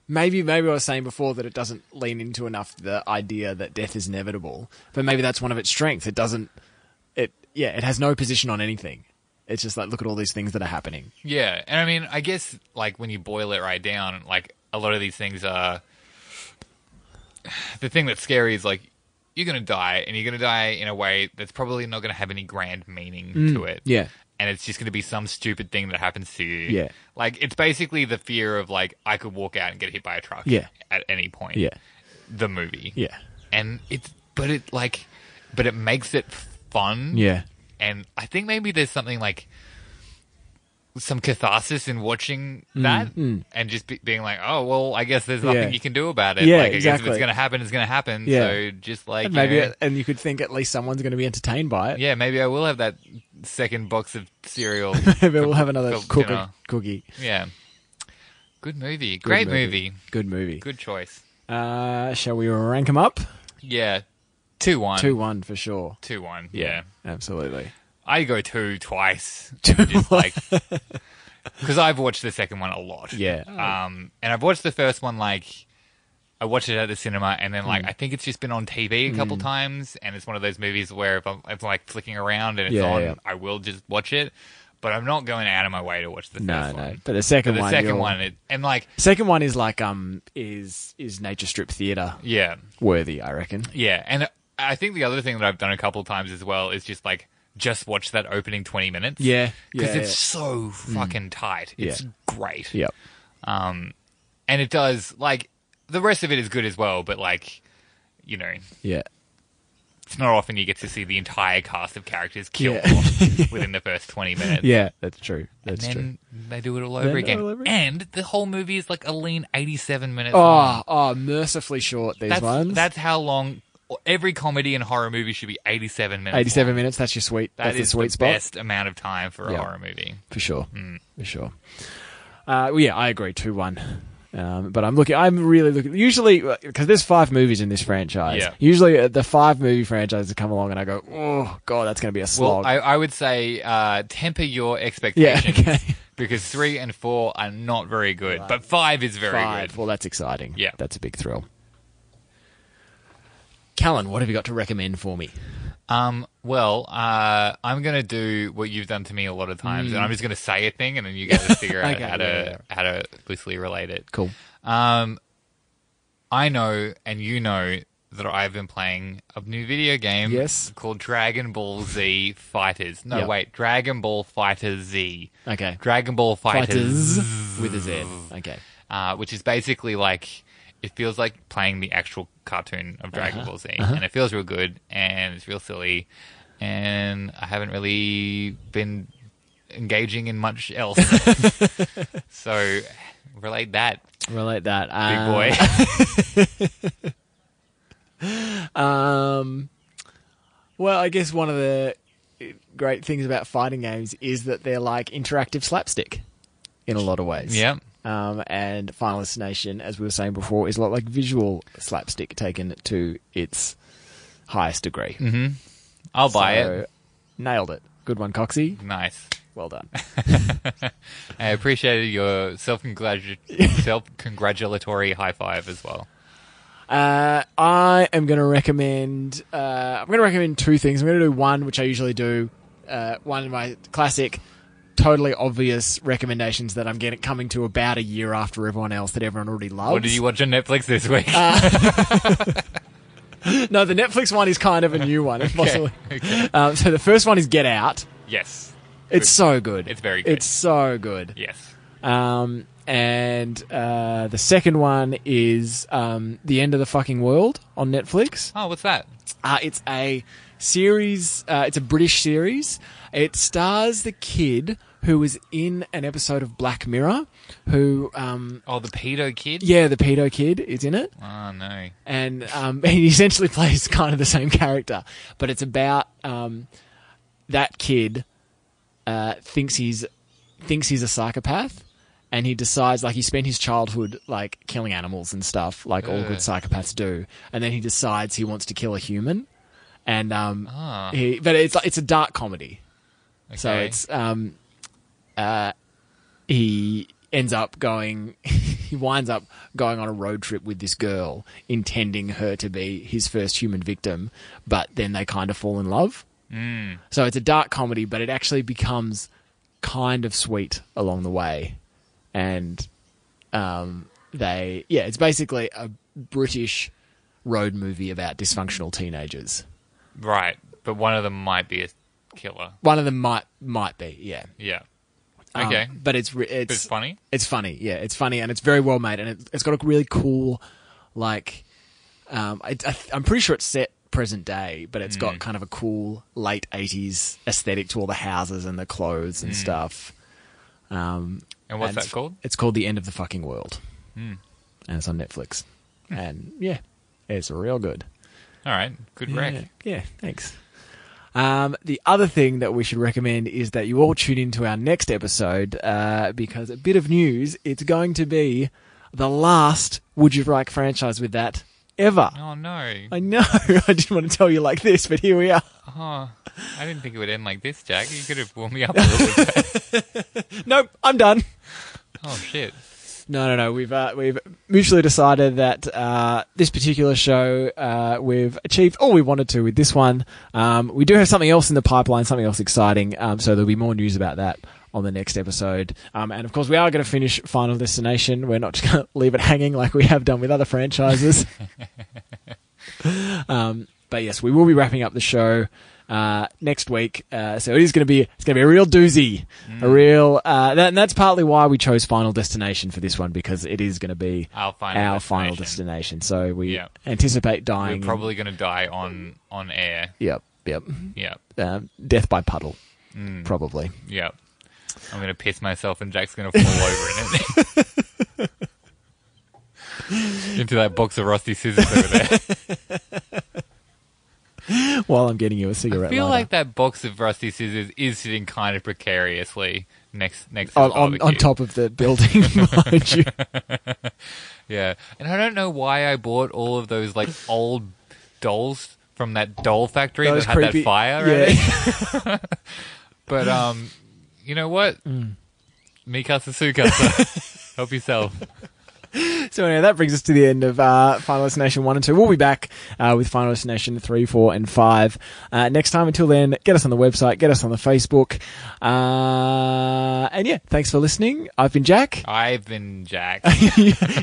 Speaker 1: Maybe maybe I was saying before that it doesn't lean into enough the idea that death is inevitable, but maybe that's one of its strengths. It doesn't. It yeah. It has no position on anything. It's just like look at all these things that are happening.
Speaker 2: Yeah, and I mean, I guess like when you boil it right down, like a lot of these things are. The thing that's scary is like you're gonna die, and you're gonna die in a way that's probably not gonna have any grand meaning to it.
Speaker 1: Mm, yeah.
Speaker 2: and it's just gonna be some stupid thing that happens to you.
Speaker 1: Yeah.
Speaker 2: like it's basically the fear of like I could walk out and get hit by a truck.
Speaker 1: Yeah.
Speaker 2: at any point.
Speaker 1: Yeah.
Speaker 2: the movie.
Speaker 1: Yeah.
Speaker 2: and it's but it like, but it makes it fun
Speaker 1: Yeah.
Speaker 2: and I think maybe there's something like some catharsis in watching that and just be, being like, oh well, I guess there's nothing
Speaker 1: Mm, Yeah.
Speaker 2: you can do about it.
Speaker 1: Yeah,
Speaker 2: like, I guess if
Speaker 1: exactly.
Speaker 2: it's gonna happen, it's gonna happen.
Speaker 1: Yeah.
Speaker 2: So just like
Speaker 1: And maybe
Speaker 2: you know,
Speaker 1: and you could think at least someone's going to be entertained by it.
Speaker 2: yeah, maybe I will have that second box of cereal.
Speaker 1: maybe we'll have another
Speaker 2: for
Speaker 1: cookie.
Speaker 2: dinner.
Speaker 1: Cookie.
Speaker 2: Yeah, good movie,
Speaker 1: Good
Speaker 2: great movie.
Speaker 1: Good movie.
Speaker 2: good choice.
Speaker 1: Uh, shall we rank them up?
Speaker 2: Yeah, two one,
Speaker 1: Two one for sure.
Speaker 2: two one. yeah.
Speaker 1: absolutely.
Speaker 2: I go two twice.
Speaker 1: Two
Speaker 2: just like because I've watched the second one a lot.
Speaker 1: Yeah.
Speaker 2: Um, and I've watched the first one like I watched it at the cinema, and then like
Speaker 1: Hmm.
Speaker 2: I think it's just been on TV a couple times, and it's one of those movies where if I'm, if I'm like flicking around and it's
Speaker 1: Yeah,
Speaker 2: on,
Speaker 1: yeah.
Speaker 2: I will just watch it. But I'm not going out of my way to watch the
Speaker 1: No,
Speaker 2: first
Speaker 1: no.
Speaker 2: one.
Speaker 1: But the second
Speaker 2: But the
Speaker 1: one.
Speaker 2: second
Speaker 1: you'll-
Speaker 2: one, it, and like
Speaker 1: Second one is like um is is nature strip theater
Speaker 2: yeah,
Speaker 1: worthy, I reckon.
Speaker 2: yeah, and I think the other thing that I've done a couple times as well is just like just watch that opening twenty minutes.
Speaker 1: Yeah,
Speaker 2: because
Speaker 1: yeah, Hmm.
Speaker 2: it's so fucking tight. It's
Speaker 1: Yeah.
Speaker 2: great.
Speaker 1: Yep.
Speaker 2: Um, and it does like the rest of it is good as well, but like you know,
Speaker 1: Yeah.
Speaker 2: it's not often you get to see the entire cast of characters killed
Speaker 1: Yeah.
Speaker 2: off within the first twenty minutes.
Speaker 1: Yeah, that's true. That's
Speaker 2: and
Speaker 1: true.
Speaker 2: then they do it all
Speaker 1: do
Speaker 2: over
Speaker 1: it
Speaker 2: again,
Speaker 1: all over
Speaker 2: and the whole movie is like a lean eighty-seven minutes. long.
Speaker 1: Oh, oh, mercifully short these
Speaker 2: that's
Speaker 1: ones.
Speaker 2: that's how long every comedy and horror movie should be eighty-seven minutes.
Speaker 1: eighty-seven
Speaker 2: Long.
Speaker 1: minutes. That's your sweet.
Speaker 2: That
Speaker 1: that's the
Speaker 2: is
Speaker 1: sweet
Speaker 2: the
Speaker 1: spot
Speaker 2: best amount of time for a
Speaker 1: Yeah.
Speaker 2: horror movie.
Speaker 1: for sure. For sure. Uh, well, yeah, I agree. Two one. Um, but I'm looking. I'm really looking. Usually, because there's five movies in this franchise.
Speaker 2: Yeah.
Speaker 1: Usually, uh, the five movie franchises come along, and I go, "Oh God, that's going to be a slog."
Speaker 2: Well, I, I would say uh, temper your
Speaker 1: yeah,
Speaker 2: expectations
Speaker 1: okay.
Speaker 2: because three and four are not very good, but five is very
Speaker 1: Five.
Speaker 2: good.
Speaker 1: Well, that's exciting.
Speaker 2: Yeah.
Speaker 1: that's a big thrill. Callan, what have you got to recommend for me?
Speaker 2: Um, well, uh, I'm gonna do what you've done to me a lot of times, and I'm just gonna say a thing, and then you guys figure out
Speaker 1: Hmm. Okay,
Speaker 2: how
Speaker 1: yeah,
Speaker 2: to how to loosely relate it.
Speaker 1: Cool.
Speaker 2: Um, I know, and you know that I've been playing a new video game.
Speaker 1: Yes.
Speaker 2: called Dragon Ball Z Fighters. No,
Speaker 1: Yep.
Speaker 2: wait, Dragon Ball Fighter Z.
Speaker 1: Okay.
Speaker 2: Dragon Ball Fighters,
Speaker 1: Fighters with a Z. Okay.
Speaker 2: uh, which is basically like it feels like playing the actual cartoon of Dragon Ball Z, and it feels real good and it's real silly, and I haven't really been engaging in much else, so relate that,
Speaker 1: Relate that.
Speaker 2: big
Speaker 1: Um,
Speaker 2: boy.
Speaker 1: Um, well, I guess one of the great things about fighting games is that they're like interactive slapstick in a lot of ways.
Speaker 2: yeah.
Speaker 1: Um, and Final Destination, as we were saying before, is a lot like visual slapstick taken to its highest degree.
Speaker 2: I'll buy
Speaker 1: So,
Speaker 2: it.
Speaker 1: Nailed it. Good one, Coxie.
Speaker 2: Nice.
Speaker 1: Well done.
Speaker 2: I appreciated your self-congratu- self-congratulatory high five as well.
Speaker 1: Uh, I am going to recommend. Uh, I'm going to recommend two things. I'm going to do one, which I usually do. Uh, one of my classic, totally obvious recommendations that I'm getting coming to about a year after everyone else that everyone already loves.
Speaker 2: What did you watch on Netflix this week?
Speaker 1: No, the Netflix one is kind of a new one, possibly.
Speaker 2: okay.
Speaker 1: Um, so the first one is Get Out.
Speaker 2: yes.
Speaker 1: It's so good.
Speaker 2: It's very good.
Speaker 1: It's so good.
Speaker 2: Yes.
Speaker 1: Um, and uh, the second one is um, The End of the Fucking World on Netflix.
Speaker 2: Oh, what's that?
Speaker 1: Uh, it's a series. Uh, it's a British series. It stars the kid who was in an episode of Black Mirror. Who, um,
Speaker 2: Oh, the pedo kid.
Speaker 1: yeah, the pedo kid is in it,
Speaker 2: Oh no.
Speaker 1: and um, he essentially plays kind of the same character. But it's about um, that kid uh, thinks he's thinks he's a psychopath. And he decides, like, he spent his childhood, like, killing animals and stuff, like all good
Speaker 2: Ugh.
Speaker 1: psychopaths do. And then he decides he wants to kill a human. And, um,
Speaker 2: Ah.
Speaker 1: he, but it's it's a dark comedy,
Speaker 2: Okay.
Speaker 1: so it's um, uh, he ends up going, he winds up going on a road trip with this girl, intending her to be his first human victim, but then they kind of fall in love.
Speaker 2: Hmm.
Speaker 1: Mm. So it's a dark comedy, but it actually becomes kind of sweet along the way, and um, they yeah, it's basically a British road movie about dysfunctional teenagers.
Speaker 2: right, but one of them might be a killer.
Speaker 1: One of them might might be, yeah.
Speaker 2: Yeah.
Speaker 1: Um,
Speaker 2: Okay.
Speaker 1: but it's re-
Speaker 2: but
Speaker 1: it's
Speaker 2: it's funny.
Speaker 1: it's funny, yeah. It's funny and it's very well made, and it, it's got a really cool, like, um, I, I, I'm pretty sure it's set present day, but it's
Speaker 2: Hmm.
Speaker 1: got kind of a cool late '80s aesthetic to all the houses and the clothes and stuff. Um,
Speaker 2: And Hmm. what's
Speaker 1: and
Speaker 2: that
Speaker 1: it's-
Speaker 2: called? Hmm.
Speaker 1: It's called The End of the Fucking World, and it's on Netflix. And yeah, it's real good.
Speaker 2: All right. Good
Speaker 1: Yeah,
Speaker 2: wreck.
Speaker 1: yeah, thanks. Um, the other thing that we should recommend is that you all tune into our next episode uh, because a bit of news, it's going to be the last Would You Like franchise with that ever.
Speaker 2: Oh no.
Speaker 1: I know, I didn't want to tell you like this, but here we are.
Speaker 2: Oh, I didn't think it would end like this, Jack. You could have warmed me up a little bit.
Speaker 1: Nope, I'm done.
Speaker 2: Oh shit.
Speaker 1: No, no, no. We've uh, we've mutually decided that uh, this particular show uh, we've achieved all we wanted to with this one. Um, we do have something else in the pipeline, something else exciting. Um, so there'll be more news about that on the next episode. Um, and of course, we are going to finish Final Destination. We're not just going to leave it hanging like we have done with other franchises. um, but yes, we will be wrapping up the show. Uh, next week, uh, so it is going to be it's going to be a real doozy, a real uh, that, and that's partly why we chose Final Destination for this one because it is going to be
Speaker 2: Our final
Speaker 1: our final
Speaker 2: destination.
Speaker 1: destination. So we
Speaker 2: Yeah.
Speaker 1: anticipate dying.
Speaker 2: We're probably going to die on on air.
Speaker 1: yep, yep,
Speaker 2: Yeah.
Speaker 1: um, death by puddle,
Speaker 2: Hmm.
Speaker 1: probably.
Speaker 2: Yeah. I'm going to piss myself and Jack's going to fall over in it. Into that box of rusty scissors over there.
Speaker 1: While I'm getting you a cigarette,
Speaker 2: I feel
Speaker 1: lighter.
Speaker 2: like that box of rusty scissors is sitting kind of precariously next next to
Speaker 1: on,
Speaker 2: the
Speaker 1: on, on
Speaker 2: barbecue.
Speaker 1: top of the building behind you.
Speaker 2: Yeah, and I don't know why I bought all of those like old dolls from that doll factory
Speaker 1: Those
Speaker 2: that had
Speaker 1: creepy-
Speaker 2: that fire.
Speaker 1: yeah.
Speaker 2: in it. But um, you know what?
Speaker 1: Hmm.
Speaker 2: Mikasa Sukasa, help yourself.
Speaker 1: So anyway, that brings us to the end of uh, Final Destination 1 and 2. We'll be back uh, with Final Destination 3, 4 and 5 uh, next time. Until then, get us on the website, get us on the Facebook. Uh, and yeah, thanks for listening. I've been Jack.
Speaker 2: I've been Jack.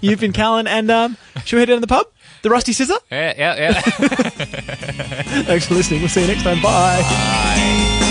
Speaker 1: You've been Callan. And um, should we head down to the pub? The Rusty Scissor?
Speaker 2: yeah, yeah, yeah.
Speaker 1: Thanks for listening. We'll see you next time. Bye.
Speaker 2: Bye.